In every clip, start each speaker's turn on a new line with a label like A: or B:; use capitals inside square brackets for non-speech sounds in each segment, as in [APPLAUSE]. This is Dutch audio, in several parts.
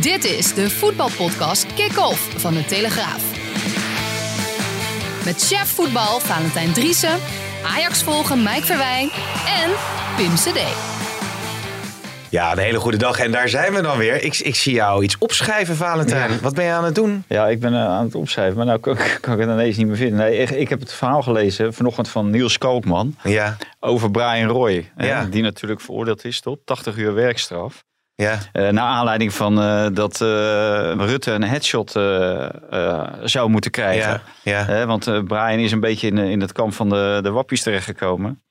A: Dit is de voetbalpodcast Kick-Off van de Telegraaf. Met chef voetbal Valentijn Driessen, Ajax volgen Mike Verwijn en Pim CD.
B: Ja, een hele goede dag. En daar zijn we dan weer. Ik, ik zie jou iets opschrijven, Valentijn. Wat ben je aan het doen?
C: Ja, ik ben eh, aan het opschrijven, maar nou kan, [LAUGHS] kan ik het ineens niet meer vinden. Nee, ik, ik heb het verhaal gelezen vanochtend van Niels Koopman
B: Ja,
C: over Brian Roy. hè,
B: Ja.
C: die natuurlijk veroordeeld is tot 80 uur werkstraf.
B: ja.
C: Eh, naar aanleiding van eh, dat eh, Rutte een headshot eh, eh, zou moeten krijgen.
B: Ja, ja.
C: Hè, want eh, Brian is een beetje in, in het kamp van de, de wappies terechtgekomen.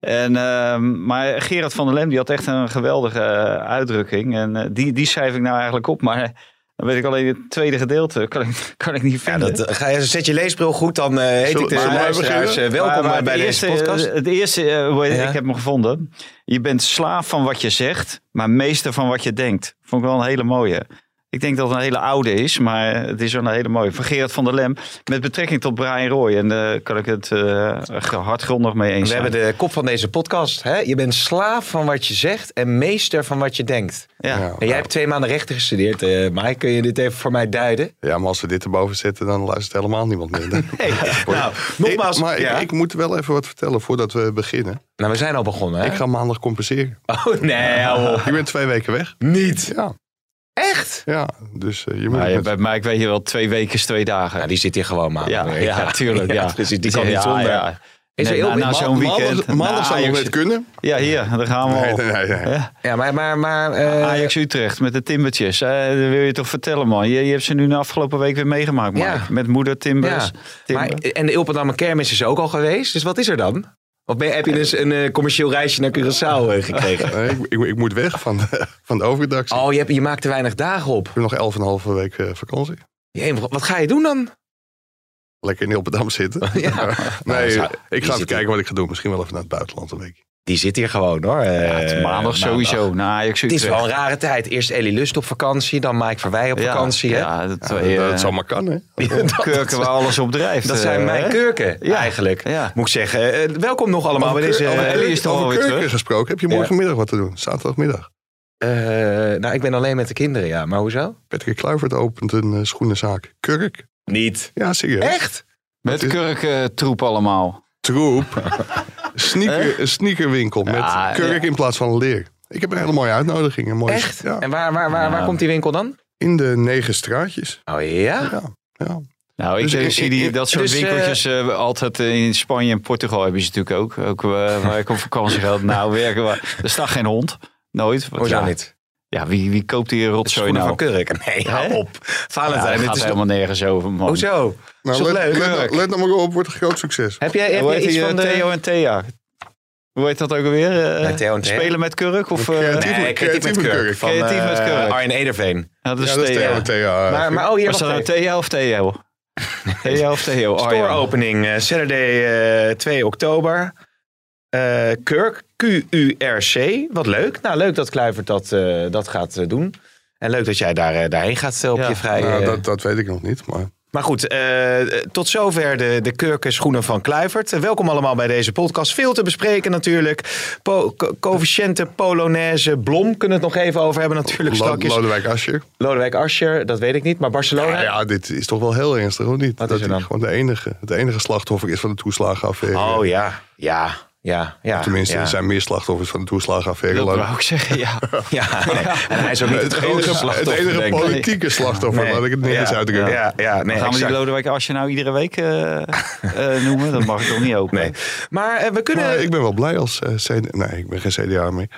C: En, ehm, maar Gerard van der Lem die had echt een geweldige eh, uitdrukking. En eh, die, die schrijf ik nou eigenlijk op. Maar dan weet ik alleen het tweede gedeelte. Kan ik, kan ik niet
B: ja
C: vinden.
B: dat, eh, ga je, zet je leesbril goed, dan eh heet ik de
C: Maar-
B: luisteraars eh, welkom
C: maar- maar
B: bij
C: het
B: deze
C: eerste,
B: podcast.
C: eh, Het eerste, eh, hoe heet het,
B: Ja.
C: ik heb hem gevonden. Je bent slaaf van wat je zegt, maar meester van wat je denkt. Vond ik wel een hele mooie. Ik denk dat het een hele oude is, maar het is wel een hele mooie. Van Gerard van der Lem, met betrekking tot Brian Roy. En daar kan ik het eh, ge- hardgrondig mee eens
B: we
C: zijn.
B: hebben de kop van deze podcast. Hè? Je bent slaaf van wat je zegt en meester van wat je denkt.
C: ja.
D: Ja.
B: En jij hebt twee maanden rechten gestudeerd, eh Mike. Kun je dit even voor mij duiden?
D: Ja, maar als ze dit erboven zetten, dan luistert helemaal niemand
C: [LAUGHS]
D: meer. nee,
B: Nou, nogmaals.
D: maar ik-
B: ja.
D: ik, moet wel even wat vertellen voordat we beginnen.
B: nou, we zijn al begonnen, hè?
D: Ik ga maandag
C: Ah,
D: compenseren.
B: Oh, nee, hou op.
D: Ik ben twee weken weg.
B: [LAUGHS] Niet.
D: Ja,
B: Echt?
D: ja. dus eh, je moet...
C: Maar,
D: het
C: je-
D: met-
C: bij Mike weet je wel, twee weken is twee dagen.
B: Nou, die zit hier gewoon, man. [LAUGHS]
C: ja, ja, tuurlijk. Ja.
B: precies, die
C: Ja,
B: kan niet
C: ja,
B: zonder.
C: ja.
B: Is er
C: Nee,
B: heel
C: na, na
B: ma-
C: zo'n
D: Maandag-
C: weekend. na
D: Maandag zou nog
C: Ajax-
D: net kunnen.
C: Ja, hier, daar gaan we
D: Nee,
C: al.
D: nee, nee. nee.
C: Ja.
B: Ja, maar... maar, maar eh,
C: Ajax Utrecht met de Timbertjes. Eh, dat wil je toch vertellen, man? Je, je hebt ze nu de afgelopen week weer meegemaakt, man.
B: Ja.
C: Met moeder Timbers.
B: ja. maar,
C: Timber.
B: en de Ilpendamme kermis is ook al geweest. Dus wat is er dan? Of ben, heb je dus een eh, commercieel reisje naar Curaçao eh,
C: [LAUGHS]
B: gekregen?
D: Nee, ik, ik, ik moet weg van de, van de overredactie.
B: Oh, je, hebt, je maakt er weinig dagen op.
D: Ik heb nog elf en een halve week eh, vakantie.
B: Jee, maar wat ga je doen dan?
D: Lekker in Hilpendam
C: [LAUGHS]
D: zitten.
B: Ja. Nou,
D: [LAUGHS] Nee,
B: zou- die
D: ik ga even
B: zit-
D: kijken wat ik ga doen. Misschien wel even naar het buitenland een week.
B: Die zit hier gewoon hoor.
C: Ja, het is
B: Eh,
C: maandag, Nou, sowieso. Na Ajax
B: Het
C: Utrecht.
B: is wel een rare tijd. Eerst Ellie Lust op vakantie, dan Mike Verwij op
C: Ja,
B: vakantie. [LAUGHS] hè?
C: Ja, dat,
D: Ja,
C: eh,
D: dat, dat zou maar kan, hè?
C: kurken waar alles op drijft.
B: Dat zijn
C: eh,
B: mijn
C: hè?
B: kurken
C: Ja.
B: eigenlijk.
C: Ja.
B: Moet ik zeggen. Eh, welkom nog allemaal bij deze...
D: Over keur-
B: eh,
D: over
C: Ellie is toch
D: over
C: alweer
D: kurken
C: terug?
D: gesproken. Heb je morgenmiddag wat te doen? Zaterdagmiddag.
B: eh, nou, ik ben alleen met de kinderen, ja. Maar hoezo?
D: Patrick Kluivert opent een eh, schoenenzaak. Kurk.
B: Niet.
D: Ja, serieus.
B: Echt?
C: Met kurkentroep allemaal.
B: [LAUGHS]
D: Troep. Sneaker, een sneakerwinkel met
C: Ja,
D: kurk in plaats van leer. Ik heb een hele mooie uitnodiging. Een mooie
B: Echt?
D: Ja,
B: En waar, waar, waar, waar komt die winkel dan?
D: in de negen straatjes.
B: Oh ja?
D: Ja, ja.
C: Nou, ik
D: Dus
C: eh,
D: ik-
C: zie die,
D: ik-
C: dat soort
B: dus, eh,
C: winkeltjes eh, altijd eh, in Spanje en Portugal hebben ze natuurlijk ook. Ook eh, waar ik op
B: [LAUGHS]
C: vakantie ga. Nou, werken we. Er staat geen hond. Nooit. Want
B: Hoezo
C: ja,
B: niet?
C: Ja, wie, wie koopt hier rotzooi
B: Schoenen
C: nou?
B: van Kurk. Nee, hou
C: Hè?
B: op.
C: Ja,
B: Valentijn,
C: het
B: dit
C: gaat
B: is
C: helemaal nergens over, man.
B: Hoezo?
D: Nou,
B: Is toch
D: let,
B: leuk?
D: let-
B: Kurk.
D: let nou maar op, wordt een groot succes.
B: Heb jij, heb
C: Hoe
B: jij
C: heet
B: iets
C: die, eh,
B: van de...
C: Theo en Thea? Hoe heet dat ook alweer? Eh,
B: Nee, Theo en Thea.
C: Spelen met kurk? Of, eh,
D: Creatief
B: Nee,
D: met-
B: creatief met Kurk. Van,
C: Creatief met
B: eh,
C: Kurk.
B: Arjen Ederveen.
C: ja, dat is
D: Ja, dat is
C: Thea.
D: Theo. Theo, eh,
B: Maar, maar oh, hier was
C: Was dat nou
B: een
C: Thea of [LAUGHS] Theo? Thea of Theo? Oh, ja.
B: storeopening. eh, Saturday eh, 2 oktober. Eh, Kurk, Q-U-R-C. Wat leuk. Nou, leuk dat Kluivert dat, eh, dat gaat eh, doen. En leuk dat jij daar, eh, daarheen gaat eh, op
C: Ja.
B: je vrije...
D: nou, dat, dat weet ik nog niet, maar...
B: Maar goed, eh, tot zover de, de kurken schoenen van Kluivert. Eh, welkom allemaal bij deze podcast. Veel te bespreken natuurlijk. Po co- coëfficiënten, Polonaise, Blom kunnen we het nog even over hebben natuurlijk.
D: Lo-
B: Straks
D: Lodewijk Asscher.
B: Lodewijk Asscher, dat weet ik niet. Maar Barcelona,
D: Ja, ja, dit is toch wel heel ernstig, of niet?
B: Wat is
D: dat
B: er
D: hij
B: dan?
D: gewoon de enige, het enige slachtoffer is van de toeslagenaffaire.
B: Oh ja, ja, ja, ja.
D: Tenminste,
B: ja.
D: er zijn meer slachtoffers van de toeslagenaffaire.
C: Dat
D: Laat-
C: wou ik zeggen,
D: [LAUGHS]
C: ja.
B: [LAUGHS] Ja, nee. en hij is ook niet het,
D: Het
B: grootste
D: enige,
B: slachtoffer,
D: het enige
B: denk ik.
D: politieke slachtoffer,
B: Nee.
D: laat ik het niet eens
B: Ja,
D: uitdrukken.
B: Ja, ja, nee,
C: Gaan we die
B: exact.
C: Lodewijk Asje nou iedere week eh, eh, noemen? Dat mag ik toch niet
D: [LAUGHS]
C: ook.
B: Nee. Maar eh, we kunnen...
D: Maar ik ben wel blij als eh, CD... Nee, ik ben geen CDA meer.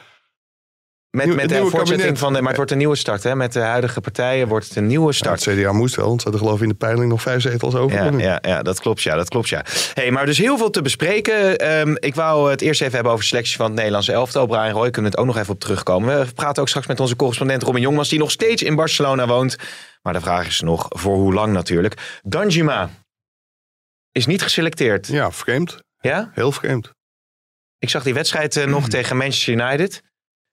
B: Met,
D: Nieuw-
B: met
D: het
B: de
D: nieuwe
B: voortzetting
D: kabinet.
B: van de, maar het wordt een nieuwe start, hè? Met de huidige partijen wordt het een nieuwe
D: Ja,
B: start.
D: het CDA moest wel, want ze hadden geloof ik in de peiling nog vijf zetels over.
B: Ja,
D: nu.
B: ja, ja, dat klopt, ja, dat klopt, ja. Hey, maar dus heel veel te bespreken. Ehm, ik wou het eerst even hebben over de selectie van het Nederlandse elftal. Brian Roy, kunnen we het ook nog even op terugkomen. We praten ook straks met onze correspondent Robin Jongmans, die nog steeds in Barcelona woont. Maar de vraag is nog, voor hoe lang natuurlijk. Danjuma is niet geselecteerd,
D: Ja, vreemd.
B: ja?
D: Heel vreemd.
B: Ik zag die wedstrijd eh,
C: Mm.
B: nog tegen Manchester United.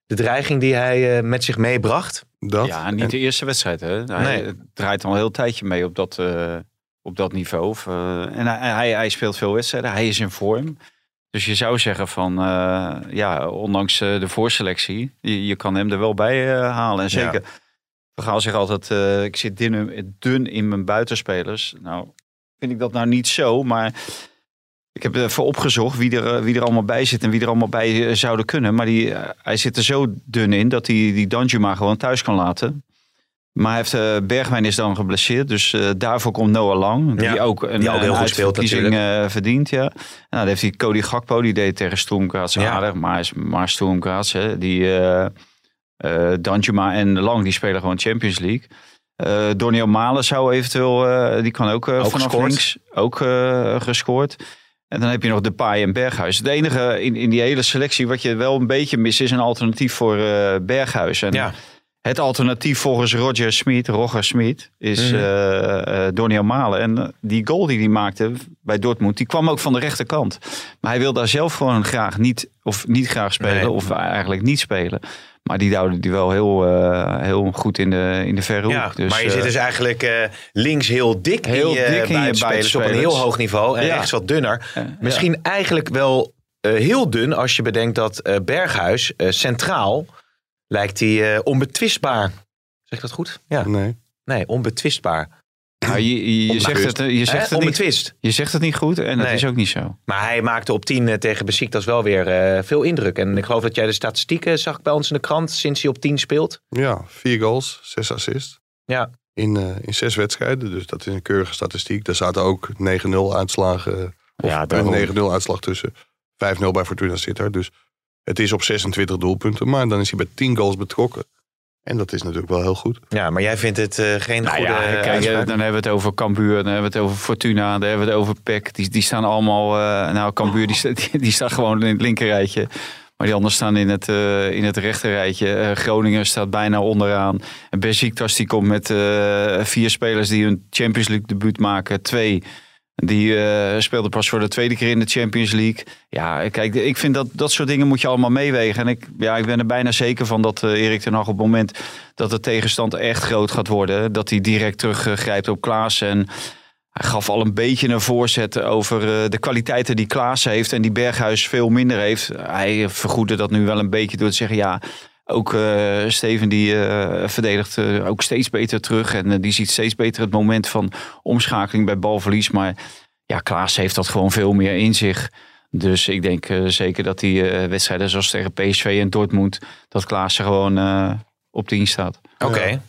B: De dreiging die hij eh, met zich meebracht.
D: Dat.
C: Ja, niet
D: En-
C: de eerste wedstrijd. Hè? Hij
B: Nee.
C: draait al een heel tijdje mee op dat, eh, op dat niveau. Of, eh, en hij, hij, hij speelt veel wedstrijden. Hij is in vorm. Dus je zou zeggen van, eh, ja, ondanks eh, de voorselectie, je, je kan hem er wel bij eh, halen. En zeker, we gaan zeggen altijd, eh, ik zit dun, dun in mijn buitenspelers. Nou, vind ik dat nou niet zo, maar ik heb even opgezocht wie er, eh, wie er allemaal bij zit en wie er allemaal bij eh, zouden kunnen. Maar die, eh, hij zit er zo dun in dat hij die Danjuma gewoon thuis kan laten. Maar hij heeft, eh, Bergwijn is dan geblesseerd, dus eh, daarvoor komt Noah Lang.
B: Ja,
C: die ook een,
B: die ook heel
C: een
B: goed speelt
C: uitverkiezing eh, verdient. Ja. Nou, dan heeft hij Cody Gakpo, die deed tegen Storm Graz
B: Ja.
C: aardig. Maar, is- maar Storm Graz, hè, die eh eh, Danjuma en Lang, die spelen gewoon Champions League. Eh Doniel Malen zou eventueel, eh, die kan ook, eh,
B: Ook
C: vanaf
B: gescoord.
C: links, ook eh, gescoord. En dan heb je nog Depay en Berghuis. Het enige in, in die hele selectie wat je wel een beetje mist is een alternatief voor eh, Berghuis. En
B: Ja.
C: Het alternatief volgens Roger Smit, Roger Smit, is
B: Mhm.
C: eh eh, Doniel Malen. En eh, die goal die hij maakte bij Dortmund, die kwam ook van de rechterkant. Maar hij wil daar zelf gewoon graag niet, of niet graag spelen,
B: Nee.
C: of eigenlijk niet spelen. Maar die houden die wel heel, eh, heel goed in de, in de verre
B: Ja,
C: hoek. Dus,
B: maar je
C: eh,
B: zit dus eigenlijk eh, links heel dik
C: heel
B: in je
C: dik in je
B: buitenspelers op een
C: buitenspelers.
B: heel hoog niveau en
C: Ja.
B: rechts wat dunner.
C: eh,
B: Misschien eigenlijk wel eh, heel dun als je bedenkt dat eh, Berghuis eh, centraal lijkt hij eh, onbetwistbaar. Zeg ik dat goed? Ja.
D: Nee.
B: Nee, onbetwistbaar.
C: ja. Nou, je, je, je zegt het, je,
B: Hè?
C: zegt het niet,
B: Onbetwist.
C: je zegt het niet goed en dat
B: Nee.
C: is ook niet zo.
B: Maar hij maakte op 10 eh, tegen Besiktas wel weer eh, veel indruk. En ik geloof dat jij de statistieken zag bij ons in de krant sinds hij op 10 speelt.
D: Ja, vier goals, zes assists.
B: Ja.
D: In, eh, in zes wedstrijden, dus dat is een keurige statistiek. Daar zaten ook 9-0 uitslagen, of
B: Ja,
D: eh,
B: daarom.
D: 9-0 uitslag tussen. 5-0 bij Fortuna Sittard. Dus het is op 26 doelpunten, maar dan is hij bij 10 goals betrokken. En dat is natuurlijk wel heel goed.
B: Ja, maar jij vindt het eh, geen goede
C: ja,
B: eh,
C: kijk,
B: uitspraak.
C: eh, dan hebben we het over Cambuur, dan hebben we het over Fortuna, dan hebben we het over PEC. Die, die staan allemaal, eh, nou Cambuur die, [LAUGHS] sta- die, die staat gewoon in het linkerrijtje. Maar die anderen staan in het, eh in het rechterrijtje. Eh, Groningen staat bijna onderaan. En Besiktas die komt met eh, vier spelers die hun Champions League debuut maken. Twee die eh, speelden pas voor de tweede keer in de Champions League. Ja, kijk, ik vind dat dat soort dingen moet je allemaal meewegen. En ik, ja, ik ben er bijna zeker van dat eh, Erik ten Hag op het moment dat de tegenstand echt groot gaat worden, dat hij direct teruggrijpt op Klaassen. En hij gaf al een beetje een voorzet over eh, de kwaliteiten die Klaassen heeft en die Berghuis veel minder heeft. Hij vergoedde dat nu wel een beetje door te zeggen, ja, ook eh, Steven die eh, verdedigt eh, ook steeds beter terug. En eh, die ziet steeds beter het moment van omschakeling bij balverlies. Maar ja, Klaas heeft dat gewoon veel meer in zich. Dus ik denk eh, zeker dat die eh, wedstrijden zoals tegen PSV en Dortmund, dat Klaas er gewoon eh, op 10 staat.
B: Oké.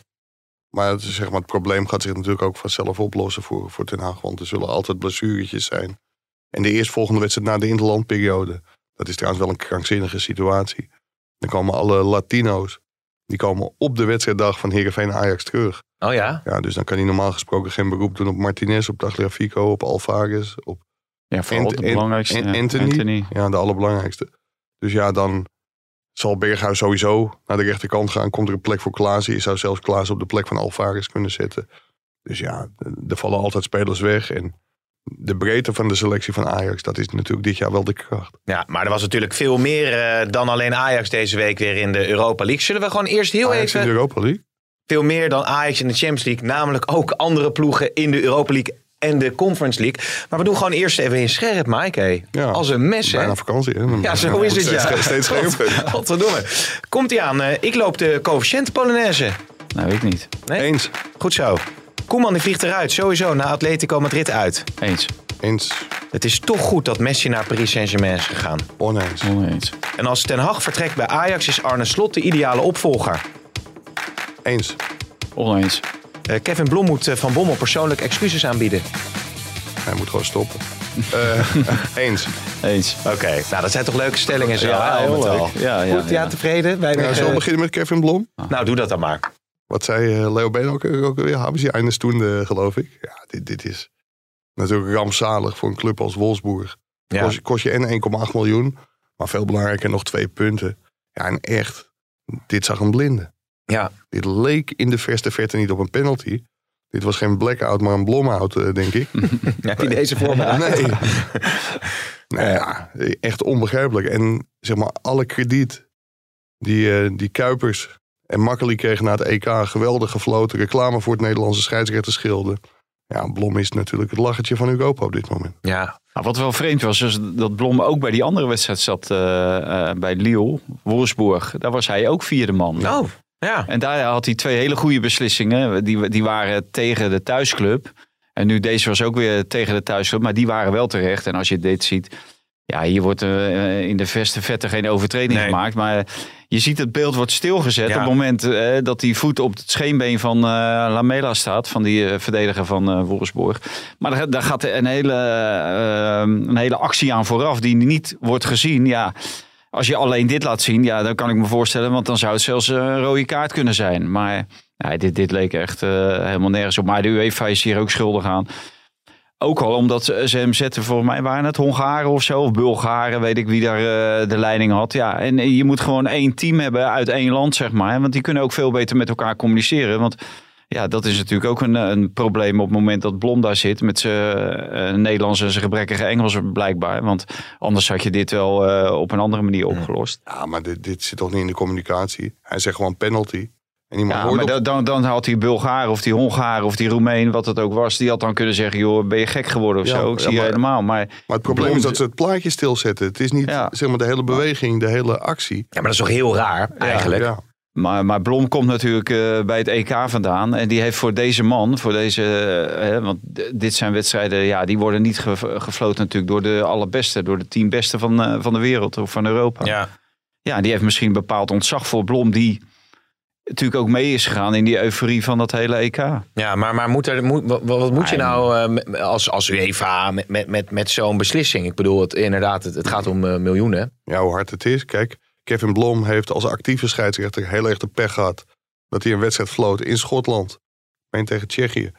D: Maar het, is, zeg maar het probleem gaat zich natuurlijk ook vanzelf oplossen voor, voor Ten Haag. Want er zullen altijd blessuretjes zijn. En de eerstvolgende wedstrijd na de interlandperiode. Dat is trouwens wel een krankzinnige situatie. Dan komen alle Latino's. Die komen op de wedstrijddag van Heerenveen Ajax terug.
B: Oh ja?
D: Ja, dus dan kan hij normaal gesproken geen beroep doen op Martinez, op Tagliafico, op Alvarez. Op
C: Ja, vooral
D: Ant-
C: de
D: Ant-
C: belangrijkste. eh,
D: Ant-
C: ja,
D: Anthony? ja, de allerbelangrijkste. Dus ja, dan zal Berghuis sowieso naar de rechterkant gaan. Komt er een plek voor Klaassen. Je zou zelfs Klaassen op de plek van Alvarez kunnen zetten. Dus ja, er vallen altijd spelers weg. En de breedte van de selectie van Ajax, dat is natuurlijk dit jaar wel de kracht.
B: Ja, maar er was natuurlijk veel meer eh, dan alleen Ajax deze week weer in de Europa League. Zullen we gewoon eerst heel
D: Ajax in
B: even
D: de Europa League?
B: veel meer dan Ajax in de Champions League. Namelijk ook andere ploegen in de Europa League en de Conference League. Maar we doen gewoon eerst even in scherp, Mike. hé.
D: Ja,
B: Als een mes, hè?
D: Bijna vakantie, hè? Dan
B: Ja, zo is het,
D: steeds,
B: ja.
D: Steeds scherper.
B: Wat- [LAUGHS] Godverdomme. Komt ie aan. eh, Ik loop de coëfficiënt Polonaise.
C: Nou, ik niet.
B: Nee?
D: Eens.
B: Goed zo. Koeman die vliegt eruit, sowieso, naar Atletico Madrid uit.
C: Eens.
D: Eens.
B: Het is toch goed dat Messi naar Paris Saint-Germain is gegaan.
D: Oneens.
C: Oneens.
B: En als Ten Hag vertrekt bij Ajax is Arne Slot de ideale opvolger.
D: Eens.
C: Oneens.
B: Eh, Kevin Blom moet eh, Van Bommel persoonlijk excuses aanbieden.
D: Hij moet gewoon stoppen. Eh, [LAUGHS] eens.
C: Eens.
B: Oké, nou dat zijn toch leuke stellingen zo,
C: Ja,
B: hè, al
C: heel
B: met
C: leuk.
B: al.
C: Ja, ja,
B: Goed, ja,
C: ja.
B: tevreden? Wij
D: Nou,
B: weer,
D: zullen
B: eh,
D: we beginnen met Kevin Blom?
B: nou, doe dat dan maar.
D: Wat zei eh, Leo Ben ook, ook weer? Hebben ze eindes toen, eh, geloof ik. Ja, dit, dit is natuurlijk rampzalig voor een club als Wolfsburg.
B: Ja.
D: Kost, kost je en 1,8 miljoen, maar veel belangrijker nog twee punten. Ja, en echt, dit zag een blinde.
B: Ja.
D: Dit leek in de verste verte niet op een penalty. Dit was geen blackout, maar een blomhout, eh, denk ik.
B: Heb je deze voor me?
D: Nee. [LAUGHS] nou ja, echt onbegrijpelijk. En zeg maar, alle krediet die, eh, die Kuipers en Makkeli kregen na het EK. Geweldig gefloten, reclame voor het Nederlandse scheidsrechterschilde. Ja, Blom is natuurlijk het lachertje van Europa op dit moment.
B: Ja.
C: Nou, wat wel vreemd was, is dat Blom ook bij die andere wedstrijd zat. eh, eh, bij Lille, Wolfsburg. Daar was hij ook vierde man.
B: Nou, ja.
C: En daar had hij twee hele goede beslissingen. Die, die waren tegen de thuisclub. En nu deze was ook weer tegen de thuisclub. Maar die waren wel terecht. En als je dit ziet. Ja, hier wordt eh, in de verste vette geen overtreding
B: Nee.
C: gemaakt. Maar je ziet het beeld wordt stilgezet.
B: Ja.
C: Op het moment eh, dat die voet op het scheenbeen van eh, Lamela staat. Van die eh, verdediger van eh Wolfsburg. Maar daar, daar gaat een hele, eh, een hele actie aan vooraf die niet wordt gezien. Ja, als je alleen dit laat zien, ja, dan kan ik me voorstellen. Want dan zou het zelfs eh, een rode kaart kunnen zijn. Maar nee, dit, dit leek echt eh, helemaal nergens op. Maar de UEFA is hier ook schuldig aan. Ook al omdat ze ze hem zetten, volgens mij waren het Hongaren of zo. Of Bulgaren, weet ik wie daar eh, de leiding had. Ja, en je moet gewoon één team hebben uit één land, zeg maar. Want die kunnen ook veel beter met elkaar communiceren. Want ja, dat is natuurlijk ook een, eh, een probleem op het moment dat Blom daar zit. Met zijn eh, Nederlands en zijn gebrekkige Engels blijkbaar. Want anders had je dit wel eh, op een andere manier opgelost.
D: Ja, maar dit, dit zit toch niet in de communicatie? Hij zegt gewoon penalty. En iemand
C: Ja,
D: hoort
C: maar
D: op-
C: dan, dan, dan had die Bulgaar of die Hongaar of die Roemeen, wat het ook was. Die had dan kunnen zeggen, joh, ben je gek geworden of
D: Ja,
C: zo. Ik
D: ja,
C: zie je
D: maar-
C: helemaal. Maar
D: maar het probleem is
C: Blond-
D: dat ze het plaatje stilzetten. Het is niet
C: Ja.
D: zeg maar, de hele beweging, de hele actie.
B: Ja, maar dat is toch heel raar, eigenlijk?
D: Ja.
C: Maar, maar Blom komt natuurlijk eh, bij het EK vandaan. En die heeft voor deze man, voor deze. eh, hè, want d- dit zijn wedstrijden, ja, die worden niet ge- gefloten natuurlijk door de allerbeste, door de tien beste van, eh, van de wereld of van Europa.
B: Ja.
C: Ja, die heeft misschien bepaald ontzag voor Blom, die natuurlijk ook mee is gegaan in die euforie van dat hele EK.
B: Ja, maar, maar moet er, moet, wat, wat moet je
C: Ah, ja.
B: nou eh, met- met- als, als UEFA met, met, met, met zo'n beslissing? Ik bedoel, het, inderdaad, het, het gaat om eh, miljoenen.
D: ja, hoe hard het is. Kijk, Kevin Blom heeft als actieve scheidsrechter heel erg de pech gehad. Dat hij een wedstrijd floot in Schotland. Ik meen tegen Tsjechië.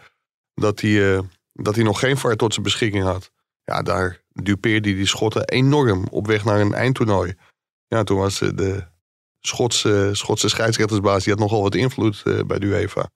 D: Dat hij, eh, dat hij nog geen VAR tot zijn beschikking had. Ja, daar dupeerde hij die Schotten enorm op weg naar een eindtoernooi. Ja, toen was eh, de Schotse, Schotse scheidsrechtersbaas... die had nogal wat invloed eh, bij de UEFA.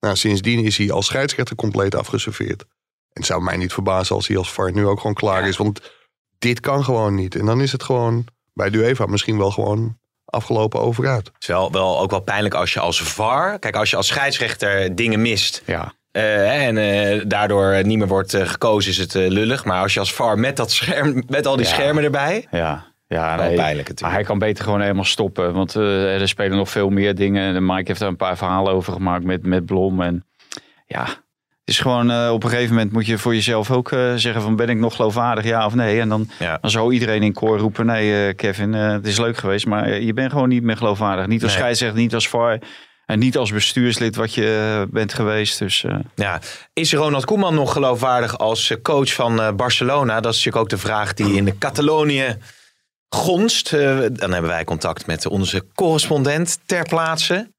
D: Nou, sindsdien is hij als scheidsrechter compleet afgeserveerd. En het zou mij niet verbazen als hij als VAR nu ook gewoon klaar is. Want dit kan gewoon niet. En dan is het gewoon bij de UEFA misschien wel gewoon afgelopen overuit.
B: Het is wel, wel ook wel pijnlijk als je als VAR... Kijk, als je als scheidsrechter dingen mist...
C: Ja.
B: eh, hè, en eh, daardoor niet meer wordt eh, gekozen, is het eh, lullig. Maar als je als VAR met, dat scherm, met al die
C: Ja.
B: schermen erbij...
C: Ja, ja
B: Wel
C: nee.
B: pijnlijk
C: Maar
B: natuurlijk.
C: hij kan beter gewoon helemaal stoppen. Want eh, er spelen nog veel meer dingen. En Mike heeft daar een paar verhalen over gemaakt met, met Blom. En ja, het is gewoon eh, op een gegeven moment moet je voor jezelf ook eh, zeggen van ben ik nog geloofwaardig ja of nee. En dan,
B: Ja.
C: dan zou iedereen in koor roepen nee eh, Kevin eh, het is leuk geweest. Maar eh, je bent gewoon niet meer geloofwaardig. Niet als
B: Nee.
C: scheidsrechter, niet als VAR. En niet als bestuurslid wat je eh, bent geweest. Dus eh,
B: Ja. Is Ronald Koeman nog geloofwaardig als eh, coach van eh, Barcelona? Dat is natuurlijk ook de vraag die in de Catalonië gonst. Eh, dan hebben wij contact met onze correspondent ter plaatse,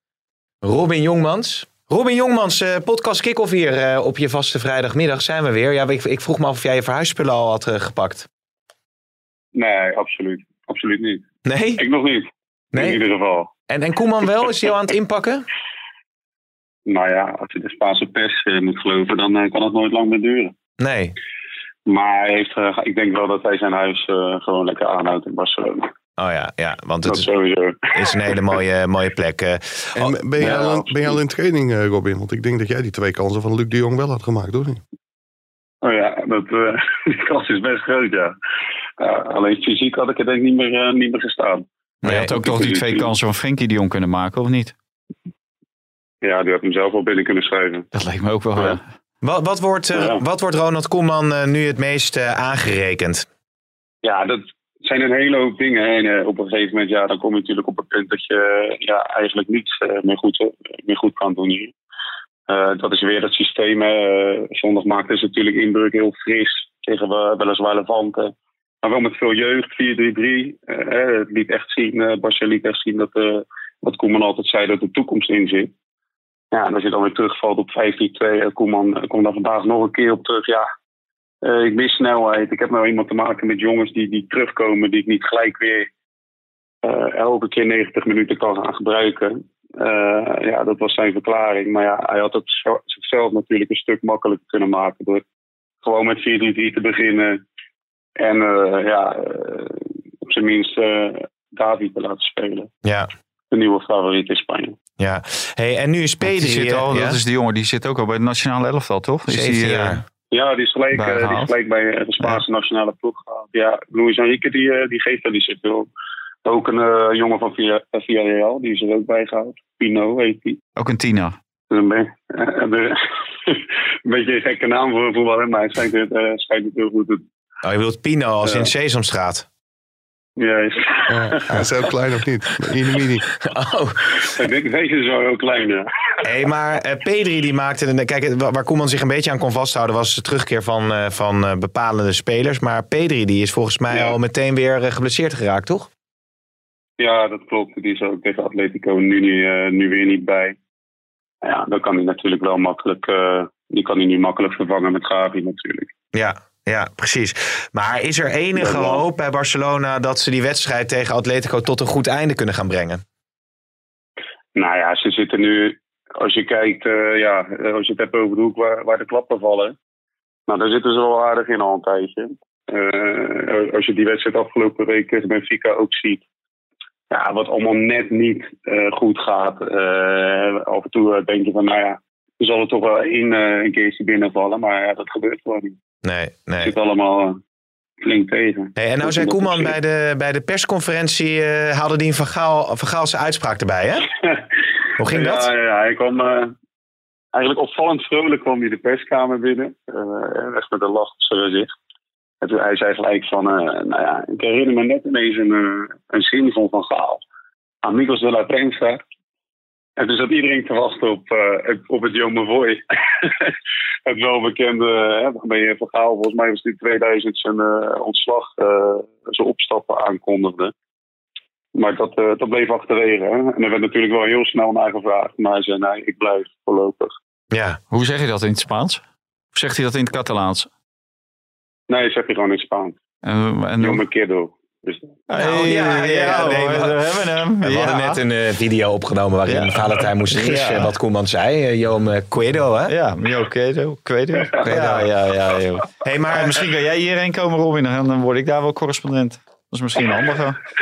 B: Robin Jongmans. Robin Jongmans, eh, podcast Kick-Off hier eh, op je vaste vrijdagmiddag zijn we weer. Ja, ik, ik vroeg me af of jij je verhuisspullen al had eh, gepakt.
E: Nee, absoluut. Absoluut niet.
B: Nee?
E: Ik nog niet. In
B: nee?
E: ieder geval.
B: En, en Koeman wel? Is hij al aan het inpakken?
E: Nou ja, als je de Spaanse pers eh, moet geloven, dan eh, kan het nooit lang meer duren.
B: Nee.
E: Maar hij heeft, eh, ik denk wel dat hij zijn huis eh, gewoon lekker aanhoudt in Barcelona.
B: Oh ja, ja want
E: Dat
B: het is,
E: sowieso.
B: is een hele mooie, mooie plek. eh.
D: En Oh, ben, je
E: ja,
D: al,
E: absoluut.
D: ben je al in training, eh, Robin? Want ik denk dat jij die twee kansen van Luc de Jong wel had gemaakt, hoor.
E: Oh ja, dat, eh, [LAUGHS] die kans is best groot, ja. Ja, alleen fysiek had ik het denk ik niet meer, eh, niet meer gestaan.
C: maar je
B: Nee.
C: had ook nog die twee kansen van Frenkie de Jong kunnen maken of niet?
E: Ja, die had hem zelf wel binnen kunnen schrijven.
C: Dat leek me ook wel.
E: Ja.
C: eh,
B: Wat, wat, wordt, eh,
E: Ja.
B: wat wordt Ronald Koeman eh, nu het meest eh, aangerekend?
E: Ja, dat zijn een hele hoop dingen. hè. En eh, op een gegeven moment, ja, dan kom je natuurlijk op het punt dat je eh, ja, eigenlijk niets eh, meer, goed, eh, meer goed kan doen hier. Eh, dat is weer het systeem. hè. Eh, zondag maakte ze natuurlijk inbruk heel fris. Tegen we- weliswaar Levante. Maar wel met veel jeugd, 4-3-3. Eh, hè, het liet echt zien, eh Barca liet echt zien dat, eh, wat Koeman altijd zei, dat de toekomst in zit. Ja, en als je dan weer terugvalt op 5-3-2, eh, Koeman eh, komt daar vandaag nog een keer op terug. Ja, eh, ik mis snelheid. Ik heb nou iemand te maken met jongens die, die terugkomen, die ik niet gelijk weer eh, elke keer 90 minuten kan gaan gebruiken. Eh, ja, dat was zijn verklaring. Maar ja, hij had het zo- zichzelf natuurlijk een stuk makkelijker kunnen maken door gewoon met 4-3-3 te beginnen. En eh, ja, eh, op zijn minst eh Davi te laten spelen.
B: Ja,
E: De nieuwe favoriet in Spanje.
B: ja. Hey, en nu is
C: Die
B: Pedri...
C: zit
B: eh,
C: al,
B: ja?
C: Dat is de jongen, die zit ook al bij het nationale elftal, toch? Is
B: 17
C: die, eh,
B: jaar.
E: Ja, die is gelijk, eh, die is
C: Bijgehaald.
E: gelijk bij eh, de Spaanse nationale ploeg gehaald. Ja, Luis Enrique die, eh, die geeft er niet zoveel. Ook een eh, jongen van Via- eh, Villarreal, die is er ook bij gehaald. Pino heet die.
C: Ook een tiener.
E: Dat is Een, be- [LAUGHS] eh, een be- een beetje een gekke naam voor een voetballer, maar hij schijnt het, eh, schijnt het heel goed te doen.
B: Oh, je bedoelt Pino als
E: Ja.
B: in Sesamstraat.
E: Ja, [LAUGHS]
D: Ja, hij is heel klein of niet? Mini mini.
B: Oh.
E: ik denk, deze is wel heel klein, ja.
B: Hey, maar eh, Pedri die maakte... een- Kijk, eh, wa- waar Koeman zich een beetje aan kon vasthouden... was de terugkeer van, eh, van eh, bepalende spelers. Maar Pedri die is volgens mij
E: Ja.
B: al meteen weer eh, geblesseerd geraakt, toch?
E: Ja, dat klopt. Die is ook tegen Atletico nu, niet, eh, nu weer niet bij. Nou Ja, dan kan hij natuurlijk wel makkelijk. eh, die kan hij nu makkelijk vervangen met Gavi natuurlijk.
B: Ja, ja, precies. Maar is er enige
E: Ja, wel.
B: hoop bij Barcelona... dat ze die wedstrijd tegen Atletico tot een goed einde kunnen gaan brengen?
E: Nou ja, ze zitten nu. Als je kijkt, eh, ja, eh, als je het hebt over de hoek waar, waar de klappen vallen. Nou, daar zitten ze wel aardig in al een tijdje. Eh, als je die wedstrijd afgelopen week tegen Benfica ook ziet. Ja, wat allemaal net niet eh, goed gaat. Eh, af en toe eh, denk je van, nou ja, er zal er toch wel één eh, een keertje binnenvallen. Maar ja, dat gebeurt gewoon niet.
B: Nee,
E: Het
B: nee.
E: zit allemaal eh, flink tegen.
B: Hey, en nou zei Koeman bij de, bij de persconferentie... eh, haalde die een Van, Gaal, Van Gaal zijn uitspraak erbij, hè? Hoe ging dat?
E: Ja, ja, ja, hij kwam eh, eigenlijk opvallend vrolijk kwam hij de perskamer binnen. Eh, echt met een lach op zijn gezicht. En toen, hij zei gelijk van, eh, nou ja, ik herinner me net ineens een, eh, een zin van Van Gaal. Amigos de la prensa. En toen zat iedereen te wachten op, eh, het- op het Joe Mavoy. [LAUGHS] het welbekende, hè, waarmee Van Gaal volgens mij was het in 2000 zijn eh, ontslag, eh, zijn opstappen aankondigde. Maar dat, eh, dat bleef achterwege. Hè? En er werd natuurlijk wel heel snel naar gevraagd. Maar hij zei, nee, ik blijf voorlopig.
B: Ja,
C: Hoe zeg je dat in het Spaans? Of zegt hij dat in het Catalaans?
E: Nee, zeg je gewoon in het Spaans.
C: En, en,
E: Yo me quedo. Dus,
B: Nou, ja, ja, ja, nee,
C: hoor,
B: we-
C: [LAUGHS] we hebben hem.
B: we
C: ja.
B: hadden net een eh, video opgenomen waarin
C: Ja.
B: Valentijn moest gissen
C: Ja.
B: wat Koeman zei. Eh, Joom Quedo, hè?
C: Ja, Mio Kwedo. Kwedo. Ja, ja, ja. joh.
B: Hey, maar
C: Maar misschien kan jij hierheen komen, Robin, en dan word ik daar wel correspondent. Dat is misschien handiger.
E: [LAUGHS]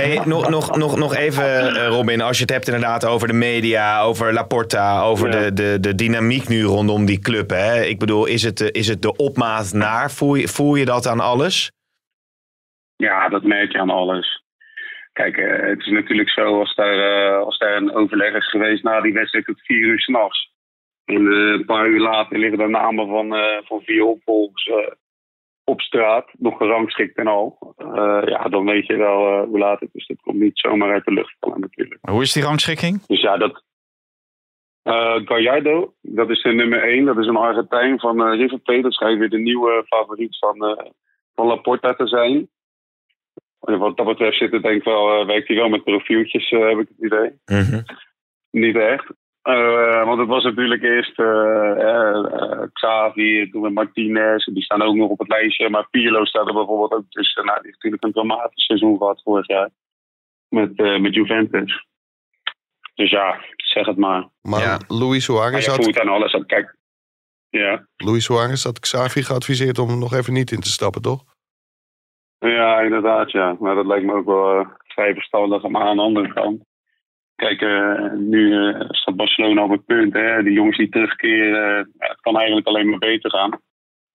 B: Hey, nog, nog, nog, nog even, eh, Robin, als je het hebt inderdaad over de media, over Laporta, over
E: Ja.
B: de, de, de dynamiek nu rondom die club. Hè? Ik bedoel, is het, eh, is het de opmaat naar? Voel je, voel je dat aan alles?
E: Ja, dat merk je aan alles. Kijk, eh, het is natuurlijk zo als daar, eh, als daar een overleg is geweest na die wedstrijd tot vier uur s'nachts. En eh, een paar uur later liggen de namen van, eh, van vier opvolgers eh, op straat, nog gerangschikt en al. Eh, ja, dan weet je wel eh, hoe laat het is. Dat komt niet zomaar uit de lucht vallen natuurlijk.
C: Hoe is die rangschikking?
E: Dus ja, dat. eh Gallardo, dat is de nummer 1. Dat is een Argentijn van eh River Plate. Dat schijnt weer de nieuwe favoriet van, eh, van Laporta te zijn. En wat dat betreft zit het denk ik wel, eh, werkt hij wel met profieltjes, eh, heb ik het idee. Niet echt. Eh, want het was natuurlijk eerst eh, eh, eh, Xavi, toen weer Martinez. Die staan ook nog op het lijstje. Maar Pirlo staat er bijvoorbeeld ook tussen. Nou, die heeft natuurlijk een dramatisch seizoen gehad vorig jaar. Met, eh, met Juventus. Dus ja, zeg het maar.
D: Maar
B: Ja.
D: Luis
E: Maar
D: Suarez
E: je
D: had,
E: voelt aan alles. aan- Kijk, ja.
D: Luis Suarez had Xavi geadviseerd om nog even niet in te stappen, toch?
E: ja, inderdaad. Ja. Maar dat lijkt me ook wel eh, vrij verstandig. Maar aan de andere kant. Kijk, eh, nu eh, staat Barcelona op het punt. Hè? Die jongens die terugkeren. eh, het kan eigenlijk alleen maar beter gaan.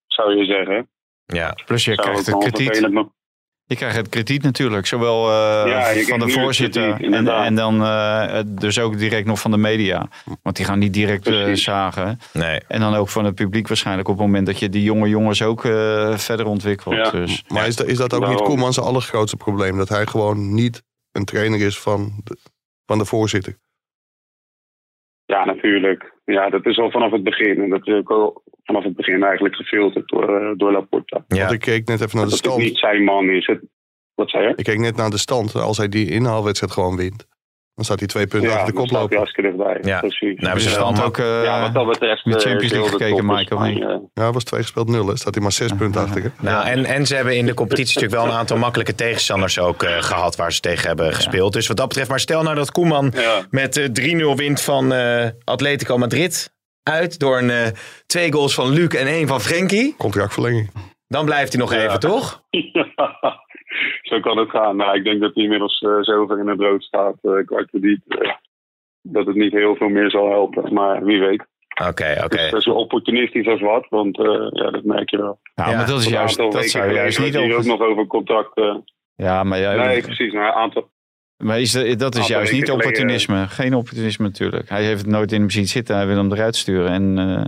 E: Zou je zeggen.
B: Ja.
C: Plus je
E: Zou
C: krijgt
E: ook
C: het
E: wel
C: krediet.
E: vervelend, maar-
C: Je krijgt het krediet natuurlijk, zowel eh,
E: je krijgt
C: van
E: nu
C: de
E: het
C: voorzitter
E: krediet,
C: en,
E: inderdaad.
C: en dan eh, dus ook direct nog van de media. Want die gaan niet direct eh,
E: Precies.
C: zagen.
B: Nee.
C: En dan ook van het publiek waarschijnlijk op het moment dat je die jonge jongens ook eh, verder ontwikkelt.
E: Ja.
C: Dus.
D: Maar is, dat, is dat ook
E: Nou.
D: niet Koeman zijn allergrootste probleem? Dat hij gewoon niet een trainer is van de, van de voorzitter.
E: Ja, natuurlijk. Ja, dat is al vanaf het begin. En dat is ook al vanaf het begin eigenlijk gefilterd door, eh, door Laporta.
D: Want
B: Ja.
D: ik keek net even naar
E: Dat
D: de
E: het
D: stand.
E: niet zijn man is. Het, wat zei je?
D: Ik keek net naar de stand. Als hij die inhaalwedstrijd gewoon wint, dan staat hij twee punten achter de
E: dan
D: kop
E: staat
D: lopen.
E: hij hartstikke dichtbij.
B: Ja.
E: Precies.
B: Nou, we zijn
C: stand
B: allemaal-
C: ook eh,
E: ja, wat dat betreft...
C: met
E: eh,
C: Champions League
E: deel de
C: gekeken,
E: top is
C: Michael,
E: Spanje.
D: Ja, hij Nou, was twee gespeeld nul, hè? Staat hij maar zes punten achter. hè?
B: Nou, en, en ze hebben in de competitie natuurlijk wel een aantal makkelijke tegenstanders ook eh, gehad waar ze tegen hebben gespeeld. Dus wat dat betreft, maar stel nou dat Koeman
E: Ja.
B: met eh, 3-0 wint van eh, Atletico Madrid uit door een, eh, twee goals van Luc en één van Frenkie.
D: Contractverlenging.
B: Dan blijft hij nog even, toch?
E: [LAUGHS] Zo kan het gaan. Nou, ik denk dat hij inmiddels eh zover in het rood staat eh qua krediet. eh, dat het niet heel veel meer zal helpen. Maar wie weet.
B: Oké, oké.
E: Het is zo opportunistisch als wat. Want eh, ja, dat merk je wel.
C: Nou,
B: Ja,
C: maar dat is
E: Een
C: juist,
E: aantal
C: dat
E: weken
C: zou je
E: geleden
C: juist
E: werd
C: niet
E: hier
C: over...
E: ook nog over contract. eh,
C: Ja, maar, jij-
E: nee, precies. Nou, een aantal.
C: maar is, eh, dat- dat is
E: Aantal
C: juist niet
E: weken geleden-
C: opportunisme. Geen opportunisme natuurlijk. Hij heeft het nooit in hem zien zitten. Hij wil hem eruit sturen. En, eh,